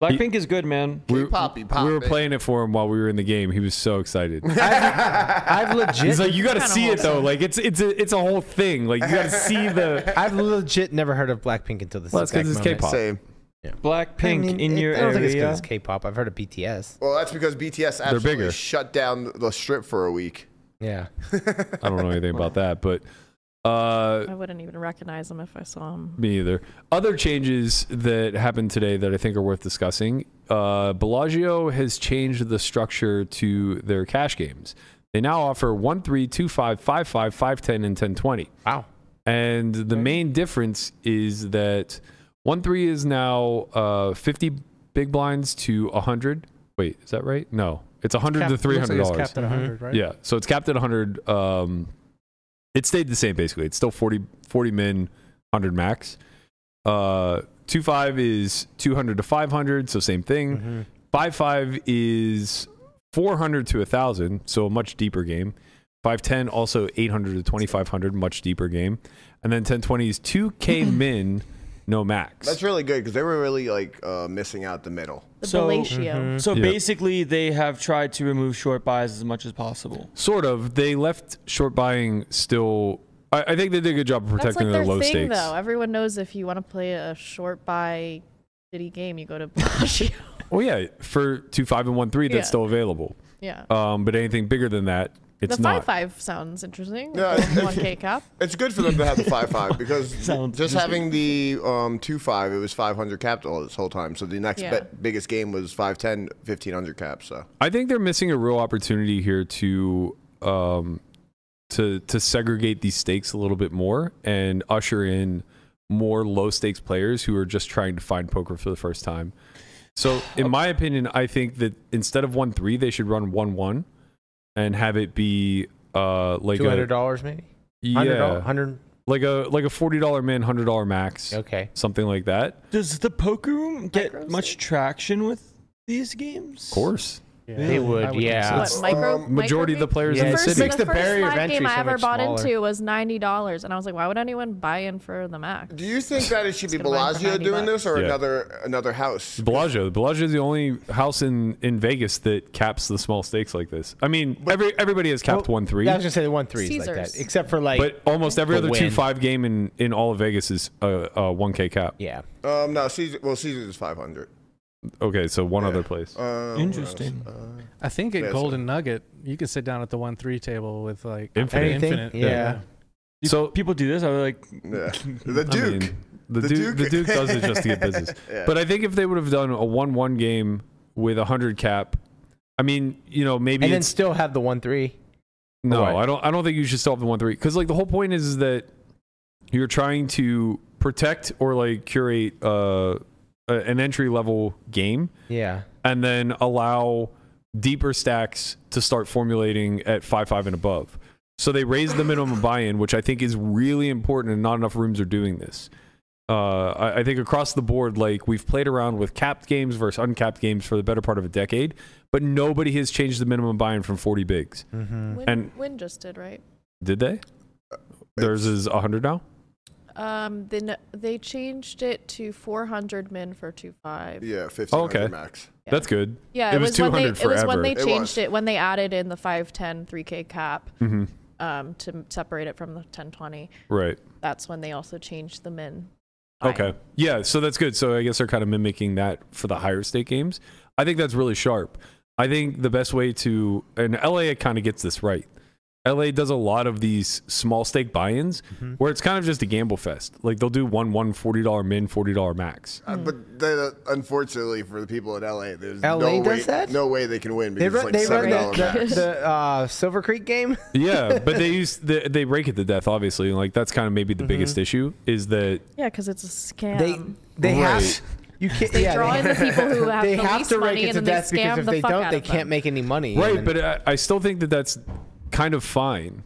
Blackpink is good, man.
We,
K-poppy pop,
we were
baby.
playing it for him while we were in the game. He was so excited.
[LAUGHS]
I've legit,
He's like, you got to
Kinda
see it though.
wholesome.
Like it's it's a it's a whole thing. Like you got to see the.
[LAUGHS]
I've legit never heard of Blackpink until this.
Well, that's 'cause
exact
it's
moment.
K-pop.
Same.
Blackpink
I mean,
in
it-
your
I don't think it's 'cause
area.
it's K-pop. I've heard of BTS.
Well, that's because BTS absolutely
bigger.
shut down the strip for a week.
Yeah.
I don't know anything about that, but uh,
I wouldn't even recognize them if I saw them.
Me either. Other changes that happened today that I think are worth discussing. Uh, Bellagio has changed the structure to their cash games. They now offer 1, 3, 2, 5, 5, 5, 5, 10, and 10, 20.
Wow.
And the main difference is that 1, 3 is now uh, 50 big blinds to 100. Wait, is that right? No. It's 100
Cap-
to
looks like it's
$300.
capped at
Mhm.
100, right?
Yeah. So it's capped at 100. Um, it stayed the same basically. It's still 40, 40 min, 100 max. Uh, 2 5 is 200 to 500. So same thing.
Mm-hmm.
Mhm.
5 5 is 400 to 1,000. So a much deeper game. 510 also 800 to 2500. Much deeper game. And then 1020 is
[CLEARS THROAT]
2K min, no max.
That's really good because they were really like uh, missing out the middle.
The
So-
Bellatio.
So
Yeah.
basically, they have tried to remove short buys as much as possible.
Sort of. They left short buying still. I, I think they did a good job of
That's
protecting
like
their,
their
low
thing,
stakes.
though. Everyone knows if you want to play a short by shitty game, you go to [LAUGHS] Bellagio.
Well, Oh, yeah, for two five and one three, that's
Yeah.
still available.
yeah.
Um, but anything bigger than that, it's
the
not.
five five sounds interesting.
Yeah,
Like
it's-
one K cup.
It's good for them to have the five
[LAUGHS]
five because
Sounds
just having the um, two five, it was five hundred capped all this whole time. So the next
Yeah.
bet, biggest game was 510, 1500 capped. So
I think they're missing a real opportunity here to um, to to segregate these stakes a little bit more and usher in more low stakes players who are just trying to find poker for the first time. So,
Oh.
in my opinion, I think that instead of one three, they should run one one, and have it be uh like
Two hundred
a
dollars maybe.
yeah,
Hundred.
like a like a forty dollar min, hundred dollar max,
Okay.
something like that.
Does the poker room get
Micros?
much traction with these games?
Of course.
Yeah.
They would,
I think
yeah.
so.
What
It's,
micro?
um,
Majority of the
micro
players
Yeah,
in
game?
the
it's
first,
city.
makes the
first
barrier of
live
entry
game
so
I ever
much
bought
smaller.
into was ninety dollars, and I was like, why would anyone buy in for the max?
do you think that it should be
Just gonna buy it for
Bellagio
90
doing
bucks.
this or
Yeah.
another another house?
Bellagio. Bellagio is the only house in, in Vegas that caps the small stakes like this. I mean, every everybody has capped
Well,
one three,
I was gonna say the one three is like that,
Caesars.
except for like.
but almost every
The
other
win.
two five game in, in all of Vegas is a one k cap.
yeah.
Um, no, Caesar. Well, Caesar's is five hundred.
Okay, so one other place.
Um,
Interesting.
I think at
Yes.
Golden Nugget, you can sit down at the one three table with like
Infinite.
Anything? Yeah.
Do
So-
people do this. I was [LAUGHS] like,
yeah. The
[LAUGHS]
I
Duke.
mean, the,
The
Duke, the
Duke.
Duke does it just
[LAUGHS]
to [LAUGHS] get business.
Yeah.
But I think if they would have done a one one game with a hundred cap, I mean, you know, maybe
And then
it's-
still have the one three.
No,
Right.
I don't. I don't think you should still have the one three because like the whole point is, is that you're trying to protect or like curate uh, a- an entry level game,
Yeah.
and then allow deeper stacks to start formulating at five five and above. So they raised the minimum buy in, which I think is really important, and not enough rooms are doing this. Uh, I, I think across the board, like we've played around with capped games versus uncapped games for the better part of a decade, but nobody has changed the minimum buy in from forty bigs.
Mm-hmm.
Win,
Mm. And-
Win just did right.
Did they? Theirs is 100 now?
Um, then they changed it to four hundred min for two five.
yeah, fifteen hundred
Oh, Okay.
max.
Yeah.
That's good.
Yeah,
It
it,
was
was, when they
200
it was when
forever.
they
It was.
changed it when they added in the 510 3k cap
Mm-hmm.
um, to m- separate it from the 1020.
Right.
That's when they also changed the min. buy-in.
Okay. Yeah, so that's good. So I guess they're kind of mimicking that for the higher stake games. I think that's really sharp. I think the best way to, and LA kind of gets this right. LA does a lot of these small stake buy-ins where it's kind of just a gamble fest. Like they'll do one one forty dollar min, forty dollar max.
Hmm.
Uh, but they, uh, unfortunately for the people in LA, there's
LA
no,
does
way,
that?
no way they can win
They
because
run, they
it's like
run
seven dollar
the,
max.
the, the uh, Silver Creek game.
Yeah, but they [LAUGHS] use they, they rake it to death. Obviously, and like that's kind of maybe the biggest issue is that
Yeah, because it's a scam.
They they
Right.
have you can't.
They
yeah,
draw
they,
in the people who [LAUGHS] have
they
the
have
least
to
money
rake it
and
to
then they
death
scam
because if
the
they
fuck
don't,
out
they
of
can't
them.
make any money.
right,
and
but uh, I, I still think that that's kind of
[LAUGHS]
fine.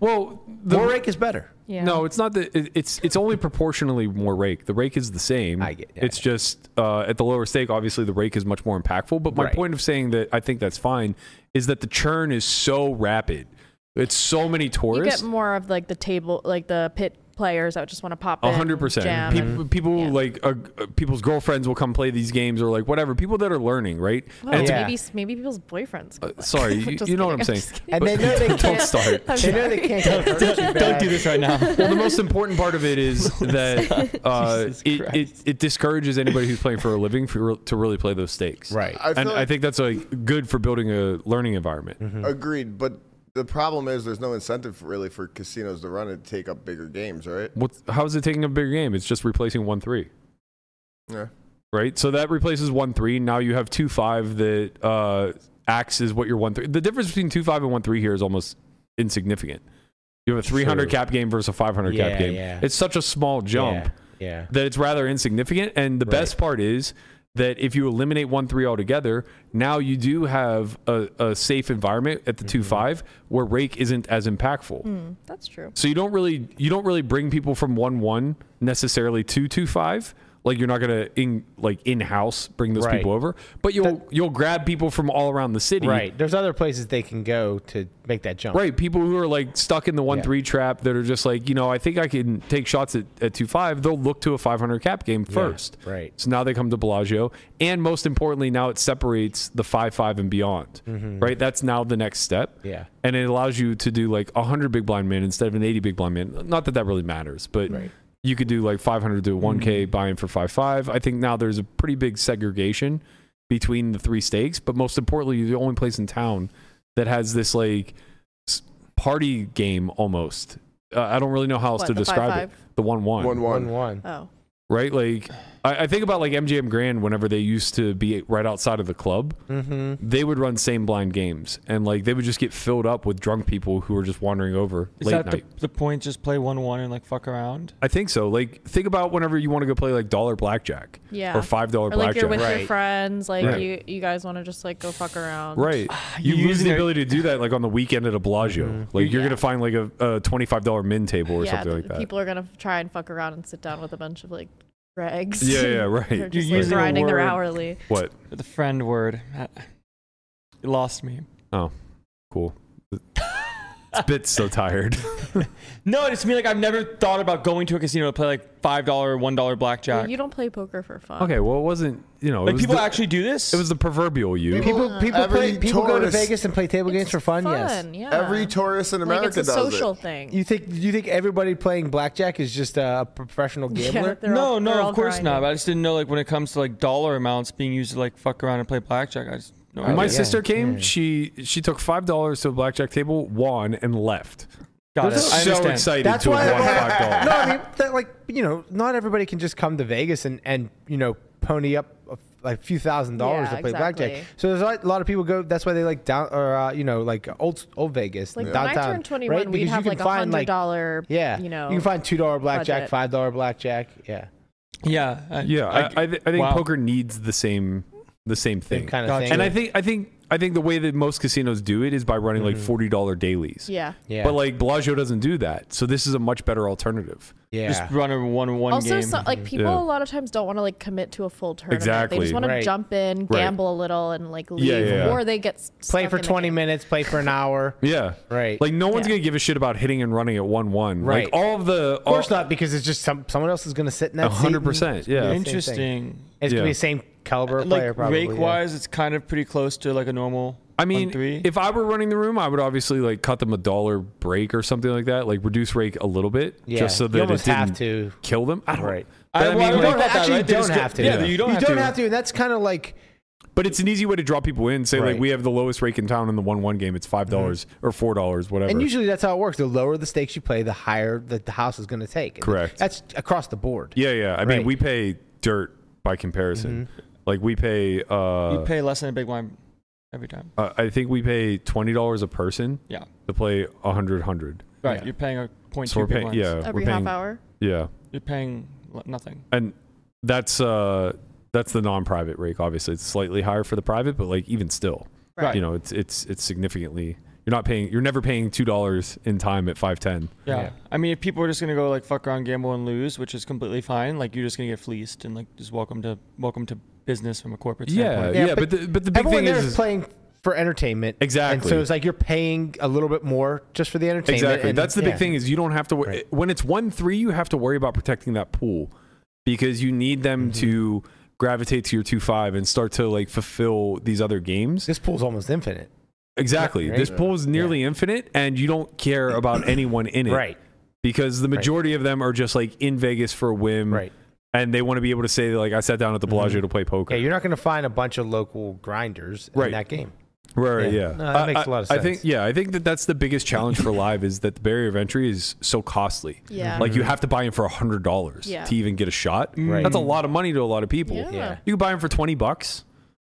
Well, the,
more rake is better.
yeah.
No, it's not that. it- It's it's only proportionally more rake. The rake is the same.
I get- yeah,
it's just uh, at the lower stake. Obviously, the rake is much more impactful. But my
Right.
point of saying that I think that's fine is that the churn is so rapid. It's so many
you get
tourists.
more of like the table, like the pit players that just want to pop in,
A hundred percent.
jam, and-
Mm-hmm.
People, people
yeah.
like uh, uh, people's girlfriends will come play these games or like whatever. People that are learning, right?
Well,
And it's- Uh,
Yeah.
maybe maybe people's boyfriends. could play. [LAUGHS]
sorry, you,
Just
you know what I'm
kidding,
saying.
just kidding.
And they know they
But- don't
can't. [LAUGHS]
start.
I'm
They know
sorry.
they can't get hurt too
Don't
bad.
do this
[LAUGHS]
right now.
well, the most important part of it
[LAUGHS]
is that uh,
Jesus
it, it,
Christ.
it discourages anybody who's playing for a living for, to really play those stakes.
Right.
I feel
and I
like-
think that's like good for building a learning environment.
Mm-hmm.
Agreed, but the problem is there's no incentive really for casinos to run it, take up bigger games, right?
What's how is it taking a bigger game? It's just replacing one three,
Yeah.
right? So that replaces one three. Now you have two five that uh, acts as what your one three. The difference between two five and one three here is almost insignificant. You have a three hundred
True.
cap game versus a five hundred cap
Yeah,
game.
yeah.
It's such a small jump.
Yeah.
that it's rather insignificant. And the
Right.
best part is that if you eliminate one three altogether, now you do have a, a safe environment at the
Mm-hmm.
two five where rake isn't as impactful.
Mm.
hmm, That's true.
So you don't really you don't really bring people from one one necessarily to two five. Like you're not gonna in like in house bring those
Right.
people over, but you'll you'll grab people from all around the city.
Right. There's other places they can go to make that jump.
Right, people who are like stuck in the one three trap that are just like, you know, I think I can take shots at, at two five. They'll look to a five hundred cap game first.
right.
So now they come to Bellagio, and most importantly, now it separates the five five and beyond. Right. That's now the next step.
Mm-hmm. Yeah.
And it allows you to do like hundred big blind men instead of an eighty big blind man. Not that that really matters, but. You could do like 500 to 1K
Mm-hmm.
buying for 5.5. I think now there's a pretty big segregation between the three stakes, but most importantly, you're the only place in town that has this like s- party game almost. Uh, I don't really know how else
What,
to
the
describe it.
5-5?
The one one,
One one.
One one.
Oh,
right? Like I, I think about like MGM Grand whenever they used to be right outside of the club,
Mm-hmm.
they would run same blind games, and like they would just get filled up with drunk people who were just wandering over
Is
late
that
night.
the, the point? Just play one one and like fuck around.
I think so. Like think about whenever you want to go play like dollar blackjack
yeah.
or five dollar
Or like
blackjack.
you're with
Right.
your friends, like
Right.
you you guys want to just like go fuck around,
Right. You
You're
lose
using
the
their-
ability to do that like on the weekend at a Bellagio.
Mm-hmm.
Like you're
Yeah.
gonna find like a, a twenty five dollar min table or something like that.
People are gonna try and fuck around and sit down with a bunch of like rags.
Yeah,
[LAUGHS]
yeah, right.
They're just
You're
like
using a
grinding their
word.
hourly.
What?
The friend word. [LAUGHS] It lost me.
Cool. Bit's so tired.
[LAUGHS] No, it's me. Like I've never thought about going to a casino to play like five dollar, one dollar blackjack.
Well, you don't play poker for fun.
Okay, well it wasn't you know Oh, it
like
was
people
the,
actually do this.
it was the proverbial you.
People uh, people
every
play, people go to
tourist-
Vegas and play table games
It's
for fun. Yes.
fun, Yeah.
Every tourist in
like
America
it's a
does
social
it.
thing.
You think you think everybody playing blackjack is just a professional
Yeah,
gambler?
they're
no,
all-
no,
they're
of
all
course not.
grinding.
But I just didn't know like when it comes to like dollar amounts being used to like fuck around and play blackjack. I just no.
When my
idea.
yeah.
sister came, she she took five dollars to a blackjack table, won, and left.
Got it.
There's
I
so
understand.
excited
That's
to
why
have won
I
five
[LAUGHS] No,
dollars.
I mean that like you know not everybody can just come to Vegas and and you know pony up a, like, few thousand dollars
Yeah,
to play blackjack.
exactly.
So there's a lot, a lot of people go. That's why they like down or uh, you know like old old Vegas
Like when
downtown.
I turned 21,
right?
we'd
Because you
have
can
like a
find,
hundred dollar.
Yeah,
you know.
you can find two dollar blackjack,
budget.
five dollar blackjack. Yeah,
Yeah. I,
Yeah, I I, th- I think
wow.
poker needs the same the same thing.
same kind of
Gotcha.
thing.
and I think I think I think the way that most casinos do it is by running like forty dollar dailies.
yeah.
yeah,
But like Bellagio doesn't do that, so this is a much better alternative.
yeah,
Just run a one-one
Also,
game.
so, like people
Yeah.
a lot of times don't want to like commit to a full tournament. They
Exactly.
just want
Right.
to jump in, gamble a little, and like leave,
yeah, yeah.
or they get s-
play
stuck
for
in the
twenty
game.
minutes, play for
[LAUGHS]
an hour.
Yeah,
Right.
Like no one's
Yeah.
gonna give a shit about hitting and running at one one.
Right.
Like all of the
Of course not, because it's just some someone else is going to sit in that. seat and
100%, yeah.
do the same thing.
Interesting.
It's
Yeah.
gonna be the same caliber of player,
Like
probably.
rake
yeah.
wise, it's kind of pretty close to like a normal.
I mean,
1-3.
if I were running the room, I would obviously like cut them a dollar break or something like that, like reduce rake a little bit,
Yeah.
just so
You
that it
almost
didn't
have to.
kill them. I don't.
Right.
But I,
well,
mean,
I
like,
don't-
Actually,
Right,
you
they
don't
just go-
have to.
yeah, you don't have to.
And that's kind of like
But it's an easy way to draw people in. Say
Right. Mm-hmm.
like we have the lowest rake in town in the one one game. It's five dollars or four dollars, whatever.
And usually that's how it works. The lower the stakes you play, the higher that the house is going to take.
Correct.
That's across the board.
yeah, yeah. I
Right. Mm-hmm.
mean, we pay dirt by comparison. Like we pay. Uh,
you pay less than a big wine every time.
uh, I think we pay twenty dollars a person
Yeah.
to play a hundred hundred.
Right.
Yeah.
You're paying a point
So
two
we're
big
paying.
wines.
Yeah,
every
we're paying,
half hour.
Yeah,
You're paying l- nothing.
and that's uh that's the non-private rake. Obviously, it's slightly higher for the private, but like even still,
Right.
you know, it's it's it's significantly. You're not paying. You're never paying two dollars in time at five ten.
Yeah.
Yeah.
I mean, if people are just gonna go like fuck around, gamble, and lose, which is completely fine. Like you're just gonna get fleeced and like just welcome to welcome to business from a corporate
Yeah,
standpoint.
yeah.
Yeah,
but
but
the, but the big
Everyone
thing
there
is,
is,
is
playing for entertainment. And
Exactly.
so it's like you're paying a little bit more just for the entertainment.
Exactly.
and-
That's the
yeah.
big thing is you don't have to wor-
Right.
when it's one three, you have to worry about protecting that pool because you need them
Mm-hmm.
to gravitate to your two five and start to like fulfill these other games.
This pool's almost infinite.
Exactly.
Right.
This pool is nearly infinite, and you don't care about anyone in it,
Right.
Because the majority of them are just like in Vegas for a whim,
Right. Mm-hmm.
And they want to be able to say like I sat down at the Bellagio to play poker,
Yeah, you're not going to find a bunch of local grinders
Right.
in that game.
right? Yeah,
Yeah. No, that
I-
makes
I-
a lot of
I think
sense.
yeah, I think that that's the biggest challenge for live is that the barrier of entry is so costly.
Yeah. Mm-hmm.
Like you have to buy him for a hundred dollars
Yeah.
to even get a shot.
Mm-hmm. Right.
Mm-hmm. That's a lot of money to a lot of people.
Yeah.
Yeah.
You can buy him for twenty bucks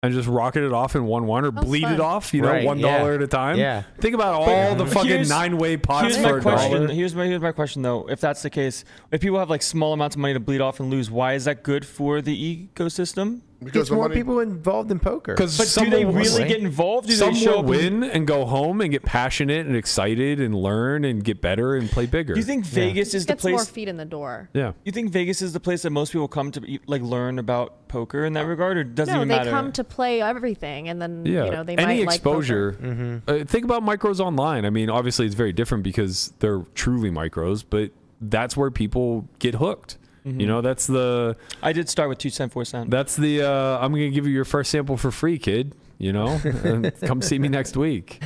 and just rocket it off in one one or
Sounds
bleed it
fun.
off, you know,
Right,
one
yeah.
dollar at a time.
Yeah.
Think about all the fucking
here's-
nine way pots
Here's my
for a
question.
dollar.
Here's my here's my question though. If that's the case, if people have like small amounts of money to bleed off and lose, why is that good for the ecosystem?
Because
Gets
the
more
money-
people involved in poker.
Because [LAUGHS]
But
some
do they
will-
really
win.
get involved? Do
some
they show
will
up?
win and go home and get passionate and excited and learn and get better and play bigger.
Do you think Vegas is the
Gets more
place?
feet in the door.
yeah.
You think Vegas is the place that most people come to like learn about poker in that regard, or doesn't
No,
even
they
matter?
come to play everything, and then
yeah,
you know they
any
might like poker.
exposure.
Mm-hmm.
uh, think about micros online. I mean, obviously it's very different because they're truly micros, but that's where people get hooked.
Mm-hmm.
You know, that's the
I did start with two cent four cent.
that's the uh, I'm gonna give you your first sample for free, kid. You know,
[LAUGHS]
and come see me next week.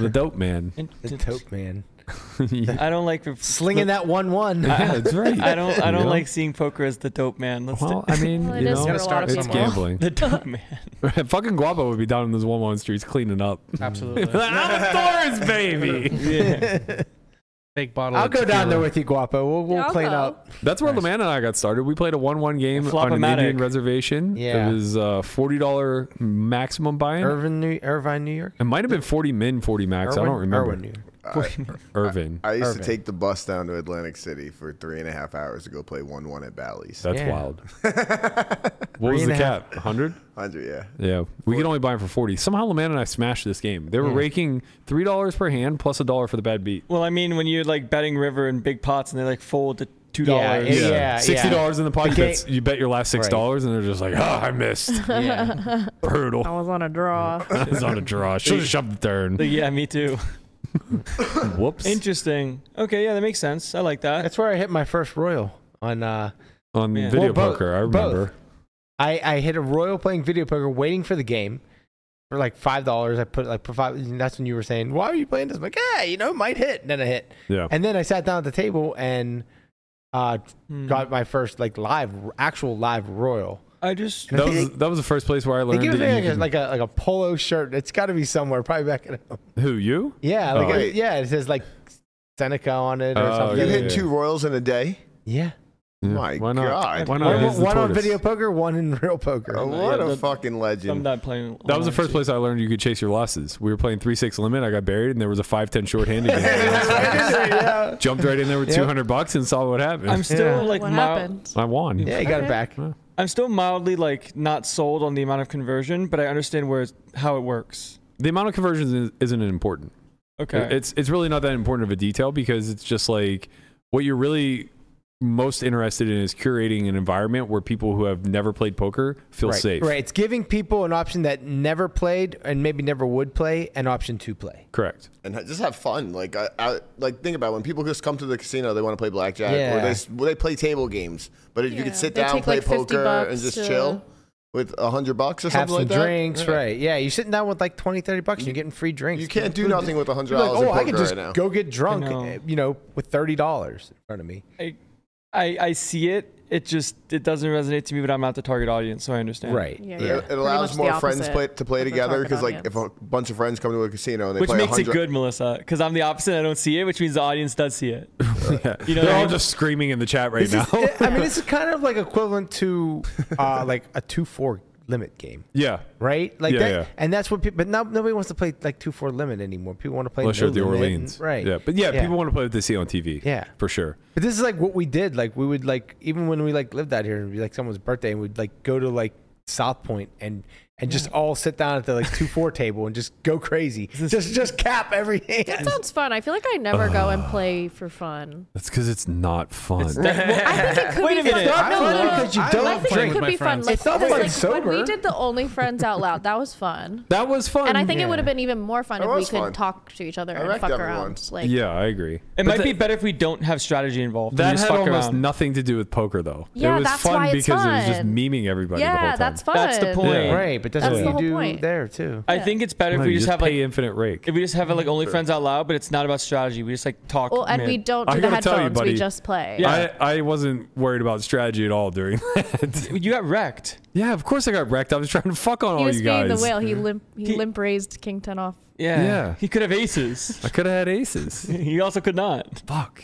The dope
[LAUGHS]
man. [LAUGHS]
the dope man
I don't like
slinging that one-one. [LAUGHS]
Yeah, [LAUGHS] that's right.
I don't. I
You
don't
know?
like seeing poker as the dope man. Let's
Well,
[LAUGHS]
do-
I mean,
Well, it
you
is
know,
for
Gotta
a lot
start
of
it's
people.
somewhere.
gambling.
[LAUGHS] the dope man.
[LAUGHS] Fucking Guapo would be down in those one-one streets cleaning up.
Absolutely.
[LAUGHS]
I'm a Taurus baby.
Yeah.
Big bottle.
I'll
of
go down
tequila.
there with you, Guapo. We'll, we'll
Yeah, I'll
clean
go.
up.
[LAUGHS] That's where Laman and I got started. We played a one-one game on an
Flop-o-matic.
Indian reservation.
Yeah.
it was uh, forty-dollar maximum buy-in.
Irvine, New, Irvine, New York.
it might have been forty min, forty max. I
Irwin-
don't remember.
Irwin, New York.
Irvin.
[LAUGHS]
I used
Irvin.
to take the bus down to Atlantic City for three and a half hours to go play one one at Bally's.
That's
Yeah. [LAUGHS]
wild. what was
and
the
a half.
cap?
[LAUGHS]
Hundred.
Hundred, yeah.
Yeah, we could only buy them for forty. Somehow, Laman and I smashed this game. They were raking three dollars per hand plus a dollar for the bad beat.
well, I mean, when you're like betting river in big pots and they like fold to two
Yeah,
dollars.
yeah.
sixty dollars in the pot.
The
you, bet,
game-
you bet your last six dollars, and they're just like, "Ah, I missed."
[LAUGHS]
yeah.
I
Brutal.
was on a draw.
it's on a draw. Should have shoved the turn. [LAUGHS]
Like, [LAUGHS] yeah, me too.
Whoops.
Interesting. Okay, yeah, that makes sense. I like that.
That's where I hit my first royal on uh,
On
Yeah.
video
Well, both-
poker, I remember.
I, I hit a royal playing video poker, waiting for the game for like five dollars. I put like for five. And that's when you were saying, "Why are you playing this?" I'm like, yeah, you know, it might hit. And then I hit,
Yeah.
and then I sat down at the table and uh,
Hmm.
got my first like live, actual live royal.
I just
And
That
I think
was that was the first place where I
They
learned
give me
that
like,
you
a,
can,
like a like a polo shirt. It's got to be somewhere, probably back at home.
who you.
Yeah,
Oh.
like a-
Wait.
yeah, it says like Seneca on it or
Oh,
something.
You
Yeah,
hit
yeah,
two Royals in a day?
Yeah.
Yeah.
My
Why not?
God.
Why not?
One,
He's the
one on
tortoise.
video poker, one in real
[LAUGHS]
poker.
Oh, what
Yeah,
a
that-
fucking
I'm
legend.
not playing.
That was the
online,
first
so-
place I learned you could chase your losses. We were playing three six limit. I got buried, and there was a five ten shorthanded
[LAUGHS]
game.
yeah.
Jumped right in there with
Yep.
two hundred bucks and saw what happened.
I'm still
Yeah.
like
what
mild-
happened?
I won.
yeah, you got it
Okay.
back.
I'm still mildly like not sold on the amount of conversion, but I understand where it's- how it works.
The amount of conversions is- isn't important.
Okay.
It's it's really not that important of a detail because it's just like what you're really most interested in is curating an environment where people who have never played poker feel
right.
safe.
Right. It's giving people an option that never played and maybe never would play an option to play.
Correct.
And ha- just have fun. Like, I, I, like think about it. when people just come to the casino, they want to play blackjack or
Yeah.
they, s- well, they play table games. But if you
Yeah,
could sit
they
down,
take,
play
like, 50
poker, and
bucks
just
to-
chill with a hundred bucks or
Have
something like
some
that.
drinks.
yeah.
Right. Yeah. You're sitting down with like 20, 30 bucks. and You're getting free drinks.
You can't do
You're
nothing with a hundred
like,
dollars in
oh,
poker
I can just
right now.
go get drunk,
I know.
uh, you know, with $30 in front of me.
I, I, I see it. It just it doesn't resonate to me, but I'm not the target audience, so I understand.
Right.
Yeah,
It-
yeah.
It,
Pretty
allows
much
more
the
friends
opposite
play, to play
of the
together
target
because, like, if a
audience.
bunch of friends come to a casino and they
Which
play
makes it
100
good, Melissa, because I'm the opposite. I don't see it, which means the audience does see it.
[LAUGHS] Yeah.
You know what
They're
I
all
mean?
just screaming in the chat right now.
I mean, this is kind of like equivalent to uh, [LAUGHS] like a two four limit game,
[LAUGHS] yeah.
right? Like
Yeah,
that,
yeah.
and that's what people. But now nobody wants to play like two four limit anymore. People want to play
Unless you're
no
at the
limit,
Orleans.
and- right?
Yeah. But yeah, people want to play what they see on TV.
Yeah.
For sure.
But this is like what we did. Like we would like even when we like lived out here, it'd be like someone's birthday, and we'd like go to like South Point and and just all sit down at the like two
[LAUGHS]
four table and just go crazy. Just just cap every
That
hand.
sounds fun. I feel like I never go and play
[LAUGHS]
for fun.
That's because it's not fun.
I think it could
Wait
be
a minute.
fun.
It's not
No,
fun
no, no.
because you
I
don't
think
play
it
with
could
my
be fun.
friends.
Like,
It's not
like,
fun
like, When
sober.
we did the only friends out loud, that was fun.
that was fun.
And I think it
Yeah.
would have been even more fun
That
if we
was
could
fun.
talk to each other
I
and
wrecked
fuck
everyone.
around. Like,
yeah, I agree.
It might be better if we don't have strategy involved.
That
and just
had
fuck
almost
around.
nothing to do with poker, though.
Yeah,
it was
that's
fun
why it's
because it was just
fun.
memeing everybody the whole
yeah,
time.
that's fun.
That's the point.
[LAUGHS] Yeah.
Right, but that's,
That's
what
the
you
whole
do
point.
there too.
I think it's better
No,
if we
you
just, have like
pay infinite rake.
if we just have like only friends out loud, but it's not about strategy. We just like talk.
Well, and
man.
we don't do
I
the
gotta tell you,
headphones.
buddy.
we just play.
Yeah.
I, I wasn't worried about strategy at all during [LAUGHS] that.
You got wrecked.
yeah, of course I got wrecked. I was trying to fuck on
He
all
was
Oh, you
being
guys.
the whale. He limp he
He-
limp raised King Ten off.
Yeah.
Yeah.
He could have aces. [LAUGHS]
I could have had
[LAUGHS]
aces.
he also could not. [LAUGHS]
fuck.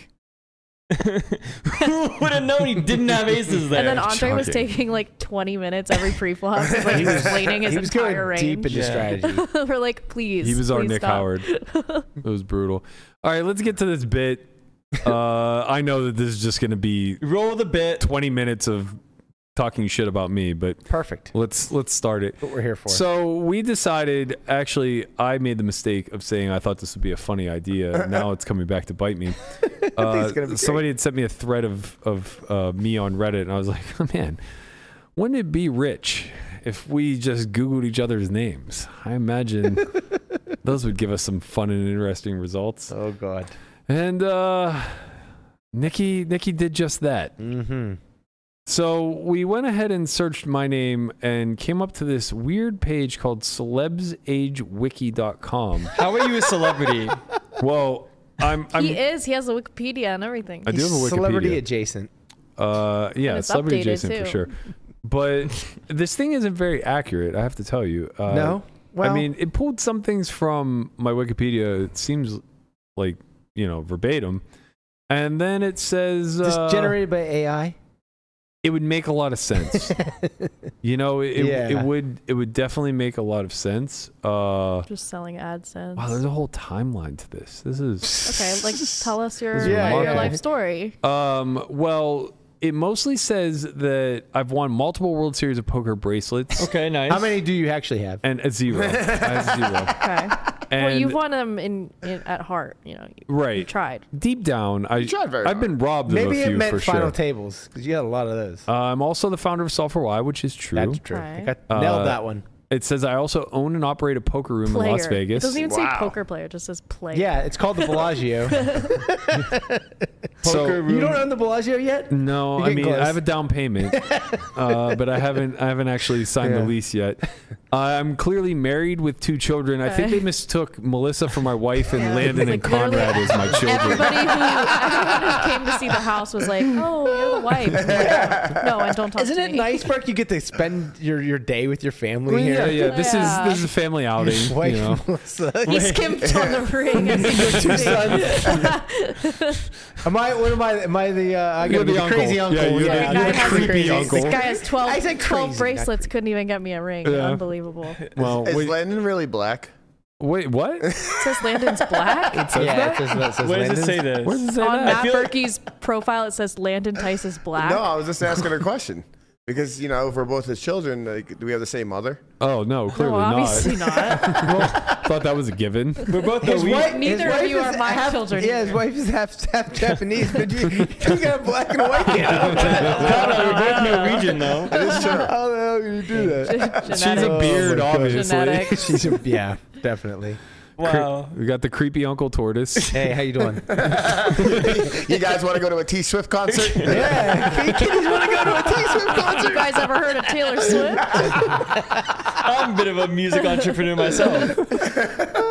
Who would have known he didn't have aces there?
And then Andre was
Shocking.
taking like 20 minutes every pre-flop. He
[LAUGHS]
was like
He was-
explaining his
he was going
entire
deep
range.
into
Yeah.
strategy.
[LAUGHS] We're like, please.
He was our
please
Nick
stop. [LAUGHS]
Howard. It was brutal. All right, let's get to this bit. Uh, I know that this is just going to be
Roll the bit.
20 minutes of talking shit about me, but
Perfect.
let's let's start it.
What we're here for.
So we decided. Actually, I made the mistake of saying I thought this would be a funny
[LAUGHS]
idea. Now it's coming back to bite me. Uh,
gonna be
somebody had sent me a thread of of uh, me on Reddit, and I was like, [LAUGHS] oh, man, wouldn't it be rich if we just Googled each other's names? I
[LAUGHS]
imagine those would give us some fun and interesting results.
oh god.
And uh, Nikki, Nikki did just that.
Mm-hmm.
So we went ahead and searched my name and came up to this weird page called celebsagewiki.com.
How are you
[LAUGHS]
a celebrity?
well, I'm, I'm
[LAUGHS] He is. He has a Wikipedia and everything.
I do have a Wikipedia.
Celebrity adjacent.
uh, yeah,
And it's
celebrity
updated,
adjacent for
too.
sure. But this thing isn't very accurate, I have to tell you. Uh,
no. Well,
I mean, it pulled some things from my Wikipedia. It seems like you know verbatim, and then it says
just
uh,
generated by AI.
It would make a lot of sense. You know, it, it- it,
Yeah.
would it would definitely make a lot of sense. Uh,
Just selling AdSense.
wow, there's a whole timeline to this. This is
Okay, like tell us your,
is remarkable.
your life story.
[LAUGHS] um well, it mostly says that I've won multiple World Series of Poker bracelets
Okay,
[LAUGHS]
nice.
How many do you actually have?
and a zero. I have a zero.
Okay.
And
[LAUGHS] well, you've won them in, in at heart. You know, you, you
right.
tried.
Deep down, I
tried very
I've been robbed of
Maybe
a
it
few
meant
for
final
sure.
tables because you got a lot of those.
uh, I'm also the founder of Software Y, which is true.
That's true.
Right.
I got
Uh,
nailed that one.
it says I also own and operate a poker room
Player.
in Las
It
Vegas.
doesn't even say
Wow.
poker player. It just says player.
Yeah, it's called the
[LAUGHS]
Bellagio.
So
you don't own the Bellagio yet?
No,
You're
I
getting
mean I
close.
have a down
[LAUGHS]
payment, uh, but I haven't I haven't actually signed the
Yeah.
lease yet. Uh, I'm clearly married with two children. I think they mistook Melissa for my wife and
Uh. [LAUGHS] Yeah.
Landon and
Like, literally
Conrad as my children.
Everybody who,
[LAUGHS]
everyone who came to see the house was like, "Oh, you're the wife." No, and don't talk
Isn't
to
it
me.
nice, Mark? You get to spend your, your day with your family
Well, yeah,
here.
yeah. This
Yeah.
is this is a family outing.
[LAUGHS] Your wife,
You know.
Melissa.
He skimped on the ring. as he
[LAUGHS]
was
Two
leaving. [LAUGHS]
sons. am I? What am I? Am I the? Uh, I
You're
gotta
the
be the
uncle.
crazy
Yeah,
uncle.
you're the-
The
you're
guy
the
has-
creepy
this
uncle.
guy has 12,
I said
12
crazy,
bracelets, couldn't even get me a ring.
Yeah.
Unbelievable. It
Well,
Is
wait,
Landon really black?
wait, what?
says Landon's black.
Yeah, it says, it says
Where does it
Landon's-
say this?
Where does it say
on
that?
I
Matt
feel like-
Berkey's profile, it says Landon Tice is black.
No, I was just asking a question because you know, for both his children, like, do we have the same mother?
Oh no,
No,
clearly
obviously
not.
not.
Well, [LAUGHS] thought that was a given.
We're both the
His
weak.
wife,
Neither
his
of
wife
you are
is
my
half,
children
Yeah, his
either.
wife is half half Japanese, but
[LAUGHS]
you, you got black and white. [LAUGHS] now.
We're both Norwegian though.
It is true.
How the hell can you do that?
[LAUGHS] She's
She's a beard,
Oh my God.
obviously.
[LAUGHS]
Genetics.
She's a, yeah, definitely.
Wow.
We got the creepy uncle
[LAUGHS]
tortoise.
Hey, how you doing?
You guys want to go to a T Swift concert?
[LAUGHS]
[LAUGHS]
yeah, you kiddies want to go to a T Swift
You
concert.
guys ever heard of Taylor Swift?
I'm a bit of a music entrepreneur myself.
There-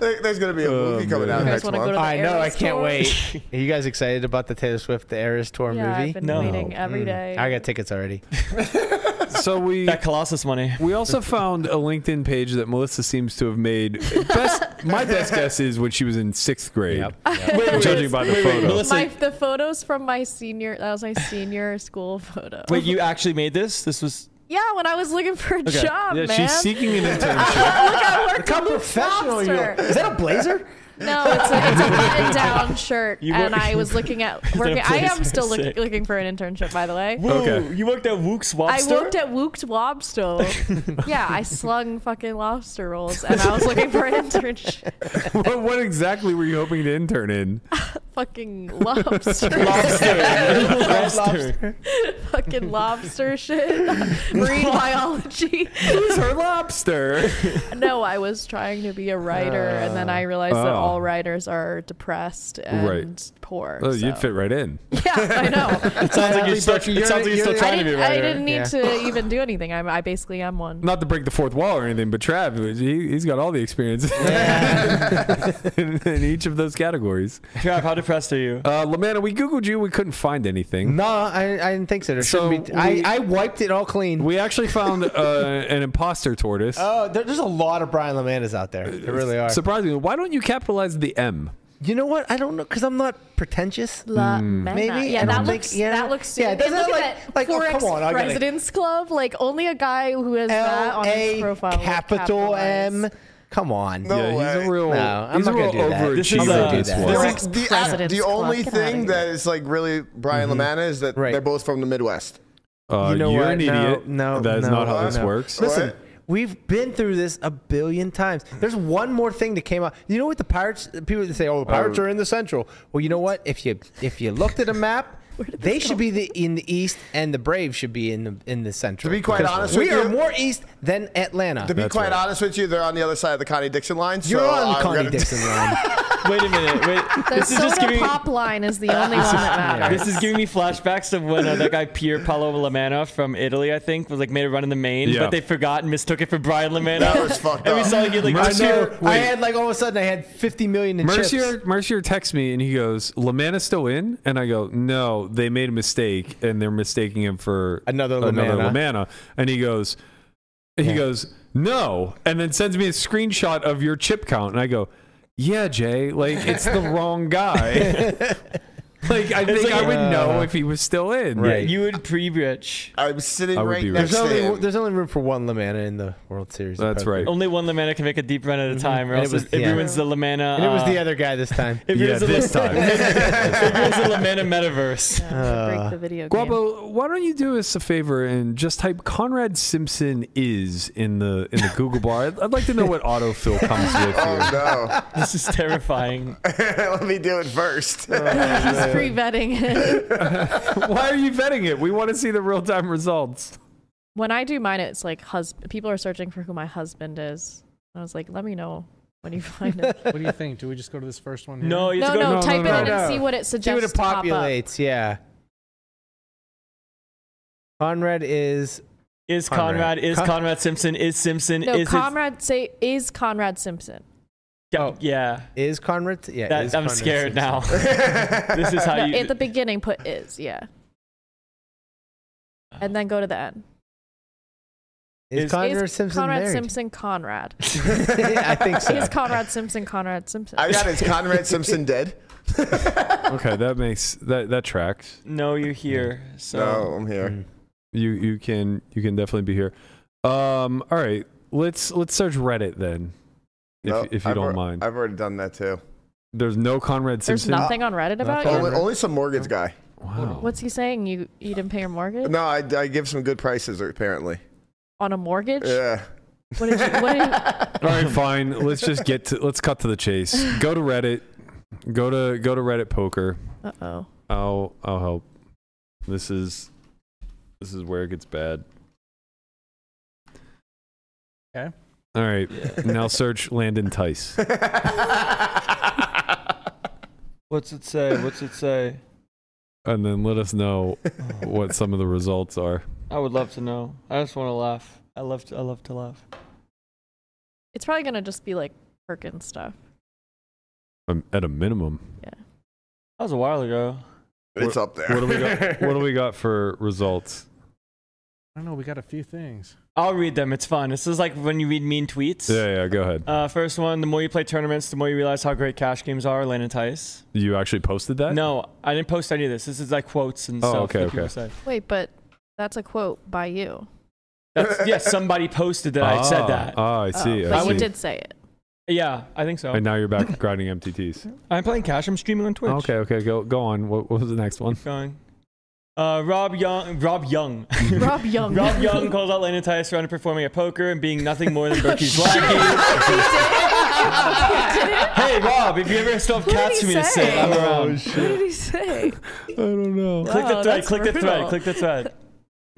There's there's gonna be a
Oh,
movie coming out
man.
You guys
next
want to
month.
go to the
I know. I
Eras
can't
tour?
wait. Are you guys excited about the Taylor Swift The Eras Tour
yeah,
movie?
I've been
No.
waiting every
Mm.
day.
I got tickets [LAUGHS] already.
So we
That Colossus money.
we also found a LinkedIn page that Melissa seems to have made. Best, my best guess is when she was in sixth grade. [LAUGHS]
[LAUGHS] wait,
Judging by the
wait, wait,
photo.
Melissa,
my, the photos from my senior that was my senior school photo.
wait, you actually made this? This was
yeah, when I was looking for a job,
yeah,
man.
she's seeking an
[LAUGHS]
internship.
Look, I worked at Luke's
professional you are.
Lobster.
Is that a blazer?
No, it's a,
[LAUGHS]
it's a button down shirt,
You
and
work-
I was looking at
a
working. I am
place?
still look,
Sick.
looking for an internship, by the way.
Woo,
Okay.
You worked at Wook's
I
Lobster.
worked at Wooked Lobster.
[LAUGHS]
yeah, I slung fucking lobster rolls, and I was looking for an internship. [LAUGHS]
what, what exactly were you hoping to intern in?
fucking
[LAUGHS]
lobster.
[LAUGHS] Lobster.
Lobster.
[LAUGHS] fucking
[LAUGHS]
lobster shit. Marine biology.
Sir Lobster.
No, I was trying to be a writer, and then I realized that
Oh.
all writers are depressed and
Right.
poor.
Oh, You'd
so-
fit right in.
Yeah, I
[LAUGHS]
know.
It sounds like you're
Bradley
still,
Butcher,
it
you're-
sounds like you're still
you're-
I
trying to be
didn't.
a writer.
I didn't need
yeah. Hmm.
to even do anything. I'm, I basically am one.
Not to break the fourth wall or anything, but Trav, he, he's got all the experience [LAUGHS] in, in each of those categories.
Trav, how depressed
[LAUGHS]
are you?
Uh, Lamanna, we Googled you. We couldn't find anything.
No, I, I didn't think so. There
So
shouldn't be.
we-
I, I wiped it all clean.
We actually found uh, an imposter tortoise.
oh, there, there's a lot of Brian Lamantas out there. There really are.
Surprisingly, why don't you capitalize the M?
you know what? I don't know because I'm not pretentious.
La
Maybe,
Maybe
I
yeah,
don't
that
think-
looks
yeah.
that looks
Yeah,
stupid.
doesn't it
And look
like-
at
like,
that
oh,
Forex
come on, I gotta-
Presidents Club. Like only a guy who has that
L
on his
A
profile. would
capital
capitalize.
M. Come on.
No
yeah, he's
way.
a real,
No, I'm
he's
not
a real
gonna do that.
This is,
overachiever.
uh,
This
this
was.
is-
This is the,
President's
the
Club.
only
Get outta
thing
here.
that is like really Brian
Mm-hmm.
Lamanna is that
Right.
they're both from the Midwest.
Uh,
You know
you're
what?
an
No,
idiot.
no,
that is
no,
not how this
no.
works.
What?
Listen, we've been through this a billion times. There's one more thing that came out. You know what the pirates? People that say, "Oh, the pirates are in the central." Well, you know what? If you if you looked at a map, they should be the, in the east, and the Braves should be in the in the central.
To be quite
Because
honest
we
with
are
you-
more east than Atlanta.
To be
That's
quite
right.
honest with you, they're on the other side of the Connie Dixon line.
You're
so
on the
I'm
Connie
gonna-
Dixon line.
Wait a minute. Wait.
The
this is just
soda
giving.
pop line is
[LAUGHS]
the only one that matters.
This is giving me flashbacks of when uh, that guy Pier Paolo Lamanna from Italy, I think, was like made a run in the main,
Yeah.
but they forgot and mistook it for Brian Lamanna.
That was fucked
and we
up.
saw you get like
I
I
this year.
know.
Wait.
I had like all of a sudden I had 50 million in
Mercier,
chips.
Mercier texts me and he goes, "Lamanna's still in?" And I go, "No, they made a mistake and they're mistaking him for
Another Lamanna.
Lamanna." And he goes, "He goes, no," and then sends me a screenshot of your chip count, and I go, "Yeah, Jay, like it's
[LAUGHS]
the wrong guy." [LAUGHS] like I think I
like-
would know if he was still in.
uh, Right.
You would pre-rich.
[LAUGHS] I'm sitting
I would
right
be
next
[LAUGHS] There's
to him.
only, there's only room for one Lamanna in the World Series. of
That's
poker.
right.
Only one Lamanna can make a deep run at a time,
Mm-hmm.
or
And it
else it,
was- yeah.
ruins the Lamanna.
And it was
uh,
the other guy this time.
It
Yeah,
ruins the
this time.
[LAUGHS]
it ruins the Lamanna metaverse.
Yeah, to
Uh,
break the video game.
Guabo, why don't you do us a favor and just type Conrad Simpson is in the in the Google bar? I'd, I'd like to know [LAUGHS] what autofill comes with. Here. [LAUGHS]
Oh
This is terrifying.
no! [LAUGHS] Let me do it
[LAUGHS]
first.
[LAUGHS]
[LAUGHS] He's pre-vetting it. [LAUGHS]
Why are you vetting it? We want to see the real time results.
When I do mine, it's like husband. People are searching for who my husband is. I was like, let me know when you [LAUGHS] find it.
What do you think? Do we just go to this first one? Here?
No, you
no,
have to
no,
no,
type
no,
it in
no.
and see what it
See
suggests.
what it
to pop up.
populates. Yeah. Conrad is
go. Is
Conrad.
Conrad? Is
Con-
Conrad Simpson? Is Simpson?
No,
is it-
Conrad say is Conrad Simpson.
Yeah, yeah.
is Conrad. Oh. Yeah.
That,
is
I'm
Conrad
scared
Simpson.
now.
[LAUGHS]
this is
[LAUGHS]
how
No,
you.
at the beginning, put is yeah, and then go to the end.
Is
Is-
Conrad
is
Simpson
Conrad
married?
Simpson Conrad?
[LAUGHS] I think so.
[LAUGHS]
Is Conrad Simpson Conrad Simpson?
I got it. Is Conrad Simpson dead?
Okay, that makes that that tracks.
no, you're here. So
No, I'm here.
Mm.
You you can you can definitely be here. Um, all right, let's let's search Reddit then, if
No,
if you
I've
don't
al-
mind.
I've already done that too.
There's no Conrad
There's
Simpson.
nothing on Reddit about
Nothing.
you.
Only, only some Morgan's guy.
Wow.
Oh. What's he saying? You you didn't pay your mortgage
No, I, I give some good prices apparently.
on a mortgage?
Yeah.
What did you? What did you
[LAUGHS]
All right, fine. Let's just get to let's cut to the chase. Go to Reddit. Go to go to Reddit Poker.
uh oh.
I'll I'll help. This is this is where it gets bad.
Okay.
All right. Now search Landon Tice.
what's it say? What's it say?
and then let us know what some of the results are.
I would love to know. I just want to laugh. I love. To, I love to laugh.
It's probably gonna just be like Perkins stuff.
um, at a minimum.
That was a while ago.
It's up there.
What do we got? what do we got for results?
I don't know. We got a
[LAUGHS]
few things. [LAUGHS]
I'll read them. It's fun. This is like when you read mean tweets.
Yeah, yeah. Go ahead.
Uh, first one: the more you play tournaments, the more you realize how great cash games are. Landon Tice.
You actually posted that?
No, I didn't post any of this. This is like quotes and
Oh,
stuff.
okay,
that people
okay.
said.
Wait, but that's a quote by you.
That's,
[LAUGHS]
yes, somebody posted that. I
Ah,
said that.
Ah, I see.
Oh,
I
but
see.
you did say it.
yeah, I think so.
And now you're back grinding
[LAUGHS]
MTTs.
I'm playing cash. I'm streaming on Twitch.
Okay, okay. Go, go on. What, what was the next one?
Going. Uh, Rob Young.
[LAUGHS]
Rob Young.
Rob Young.
Rob
[LAUGHS]
Young calls out Landon Tice for underperforming at poker and being nothing more than
[LAUGHS]
Berkey's lackey. [LAUGHS] hey, Rob, if you ever still have
did
cats
he
for me to
say?
say,
[LAUGHS]
I'm
Oh,
around.
what
shit.
did he say?
I don't know.
Click
Oh,
the
Wow,
thread.
that's
Click the thread.
brutal.
Click the thread.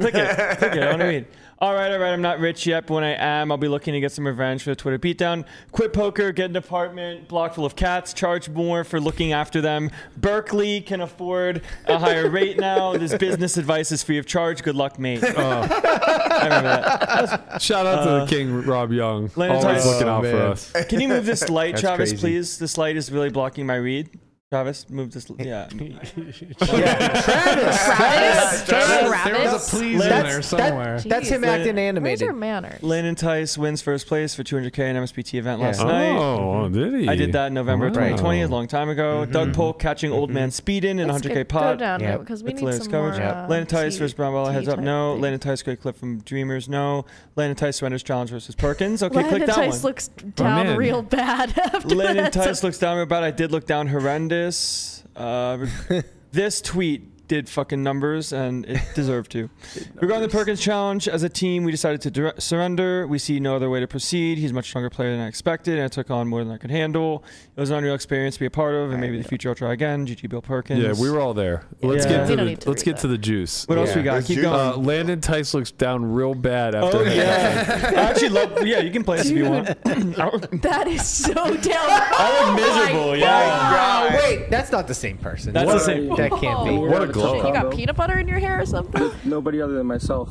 Click it. Click it. I want
[LAUGHS]
to read. All right, all right. I'm not rich yet, but when I am, I'll be looking to get some revenge for the Twitter beatdown. Quit poker, get an apartment, block full of cats, charge more for looking after them. Berkeley can afford a higher rate now. This business advice is free of charge. Good luck, mate.
Oh.
I remember that.
Shout out
Uh,
to the king, Rob Young.
Landon
Always
Tice-
looking
Oh,
out for
man.
us.
Can you move this light,
That's
Travis,
crazy.
please? This light is really blocking my read. Travis, move this. Yeah.
Yeah.
Travis?
Travis,
Travis?
there was a please in
That's-
there
that-
somewhere.
That's him
Jeez.
acting
Where's
animated.
your manners?
Landon Tice wins first place for 200K in MSPT event
Yeah.
last
Oh,
night.
did he?
I did that in November of
Wow.
2020, a long time ago. Doug Polk catching old man Speedin in
Let's
100K
get- Go
pot.
down
Yeah.
because we
That's
need
Landon's
some
coverage.
more.
Yeah.
Uh,
Landon Tice
tea-
versus Brown Ball,
tea
heads up,
type
no.
thing.
Landon Tice, great clip from Dreamers, no. Landon Tice surrenders challenge versus Perkins. Okay,
Landon
click that
Tice
one.
looks down
man.
real bad [LAUGHS] after
Landon
that.
Tice looks down about. I did look down horrendous. Uh, re- this tweet did fucking numbers and it deserved to. Regarding the Perkins challenge, as a team, we decided to dir- surrender. We see no other way to proceed. He's a much stronger player than I expected, and I took on more than I could handle. It was an unreal experience to be a part of, and maybe in the future I'll try again. GG Bill Perkins.
Yeah, we were all there. Let's
Yeah.
get to
We
the
don't need to
let's
read
get
that.
to the juice.
What else we got?
There's
Keep
juice.
going.
Uh, Landon Tice looks down real bad after [LAUGHS]
Oh
that.
yeah, I actually love. Yeah, you can play this if you want.
That is
[LAUGHS]
so down. Oh [LAUGHS]
I
I
was miserable. Yeah,
Oh, wait, that's not the same person.
That's
What-
the same- Oh,
That can't be.
What a glow
You got peanut butter in your hair or something?
Nobody other than myself.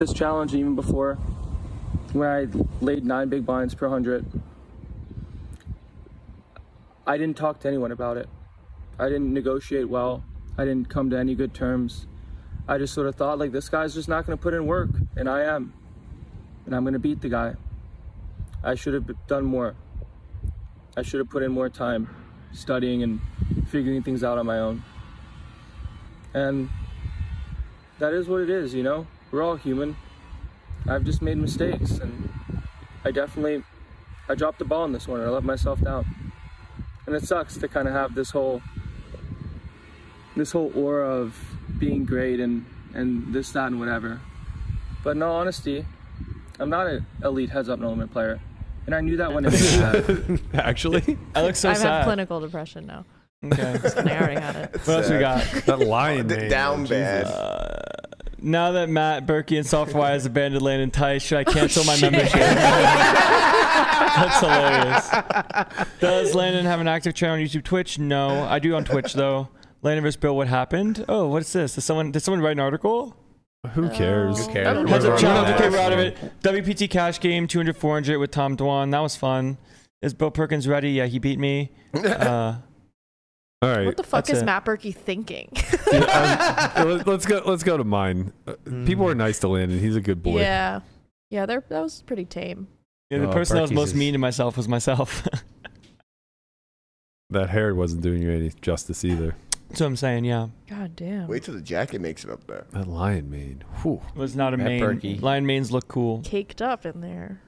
This challenge, even before, when I laid nine big blinds per hundred, I didn't talk to anyone about it. I didn't negotiate well. I didn't come to any good terms. I just sort of thought, like, this guy's just not going to put in work, and I am. And I'm going to beat the guy. I should have done more. I should have put in more time studying and figuring things out on my own. And that is what it is, you know? We're all human. I've just made mistakes and I definitely I dropped the ball in this one and I let myself down. And it sucks to kind of have this whole this whole aura of being great and and this that and whatever. But in all honesty, I'm not an elite heads up and element player. And I knew that when it
Actually,
I look [LAUGHS] so
I have
sad.
clinical depression now.
Okay.
And I already had
[LAUGHS]
it.
What else we
Sad.
got?
that lion
D-
name.
down bad.
Now that Matt Berkey and Softwire has abandoned Landon Tice, should I cancel my membership? That's hilarious. Does Landon have an active channel on YouTube, Twitch? No, I do on Twitch though. Landon vs. Bill, what happened? Oh, what's this? Did someone did someone write an article?
Oh,
Who cares?
Who
cares?
Everyone
Heads up
around
challenge.
that.
Okay, we're out of it. WPT cash game 200 400 with Tom Dwan. That was fun. Is Bill Perkins ready? Yeah, he beat me. Uh,
All right.
What the fuck
That's
is
it.
Matt Berkey
[LAUGHS]
thinking?
[LAUGHS]
Yeah, um,
[LAUGHS]
let- let's go. Let's go to mine. Uh, People
Mm.
are nice to Landon. He's a good boy.
Yeah. Yeah, they're, that was pretty tame.
yeah, the
Oh,
person that was
Berkey's
most
is-
mean to myself was myself. [LAUGHS]
That hair wasn't doing you any justice either.
That's what I'm saying. Yeah,
God damn.
Wait till the jacket makes it up there.
That lion mane. Whew.
it was not a
Matt
main.
Berkey.
Lion mains look cool.
Caked up in there.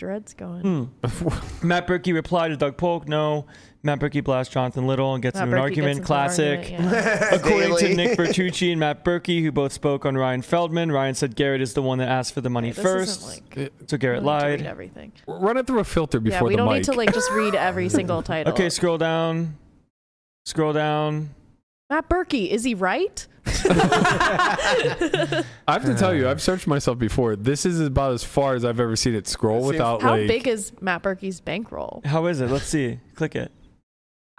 Dreads going.
Hmm. Matt Berkey replied to Doug Polk, no. Matt Berkey blasts Jonathan Little and gets
Matt
into
Berkey
an
gets
argument.
into an
Classic.
argument, yeah.
[LAUGHS]
According
Daily.
to Nick Bertucci and Matt Berkey, who both spoke on Ryan Feldman, Ryan said Garrett is the one that asked for the money
This isn't,
first.
like,
so Garrett
we don't need to read
lied.
Everything.
Run it through a filter before
yeah, we
the
don't
mic.
need to like just read
[LAUGHS]
every single title.
Okay, scroll down. Scroll down.
Matt Berkey, is he
[LAUGHS]
right? [LAUGHS]
I have to tell you, I've searched myself before. This is about as far as I've ever seen it scroll
It seems-
without
How
like.
big is Matt Berkey's bankroll?
How is it? Let's see. Click it.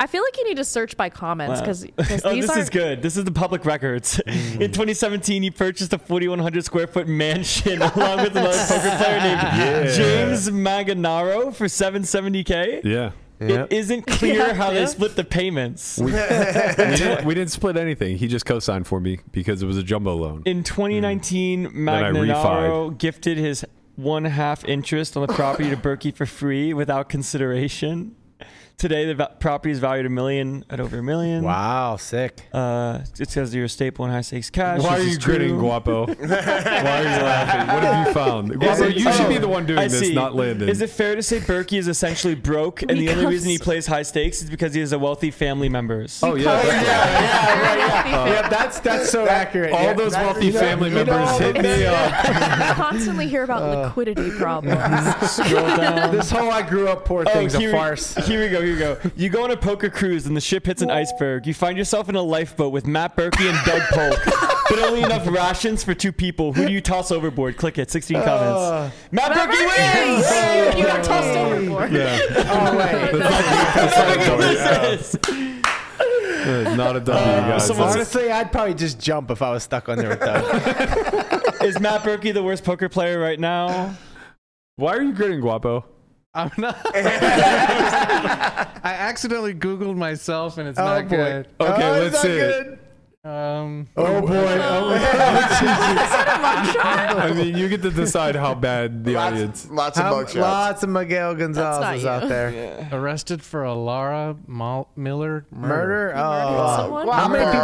I feel like you need to search by comments
Wow. [LAUGHS]
because
oh,
these
this
are
is good. This is the public records. [LAUGHS]
Mm.
In 2017, he purchased a 4,100 square foot mansion [LAUGHS] along with another poker player named James Maganaro for 770k.
Yeah.
It isn't clear
Yeah,
how they
yeah.
split the payments.
we, didn't, we didn't split anything. He just co-signed for me because it was a jumbo loan.
In 2019,
Mm. I
Magnanaro gifted his one half interest on the property to Berkey for free without consideration. Today, the va- property is valued a million at over a million.
[LAUGHS] Wow, sick.
Uh, it says you're a staple in high stakes cash.
Why are
This is
you grinning,
true. [LAUGHS]
Guapo? Why are you laughing? What have you found? Guapo,
it-
you should be
oh,
the one doing
I
this,
see.
not Landon.
Is it fair to say Berkey is essentially broke, and the
Because-
only reason he plays high stakes is because he has a wealthy family members?
oh, yeah. that's- [LAUGHS] Uh,
yeah, that's that's so accurate.
All
Yeah,
those
that-
wealthy
you know-
family
you know
members
all
hit
the-
me up.
[LAUGHS] I constantly hear about
Uh. [LAUGHS]
liquidity problems.
[LAUGHS]
Scroll down.
This whole I grew up poor uh, thing's
Oh, here
a
we-
farce.
Here we go. Here we go. You go on a poker cruise and the ship hits an iceberg. You find yourself in a lifeboat with Matt Berkey and Doug
[LAUGHS]
Polk, but only enough rations for two people. Who do you toss overboard? Click it. 16 comments.
Uh,
Matt Berkey wins.
you are tossed overboard. [LAUGHS]
Yeah.
Oh wait.
[LAUGHS] That's
Matt
not a
Berkey
W. Yeah.
wins.
That's Not a W,
Uh,
guys.
someone's-
That's-
Honestly, I'd probably just jump if I was stuck on there
[LAUGHS]
with Doug.
Is Matt Berkey the worst poker player right now?
Why are you grinning, Guapo?
I'm
[LAUGHS]
not. I accidentally Googled myself and it's not good.
Okay,
Oh,
let's
it's not
see it.
good.
Um,
Oh boy.
I mean, you get to decide how bad the
Lots,
audience.
lots of
How-
bug shots.
Um, lots of Miguel Gonzalez
not
out
you.
there.
arrested for a Laura Mal- Miller
Murder?
Murder
Oh.
someone?
Oh,
How many
Whopper.
people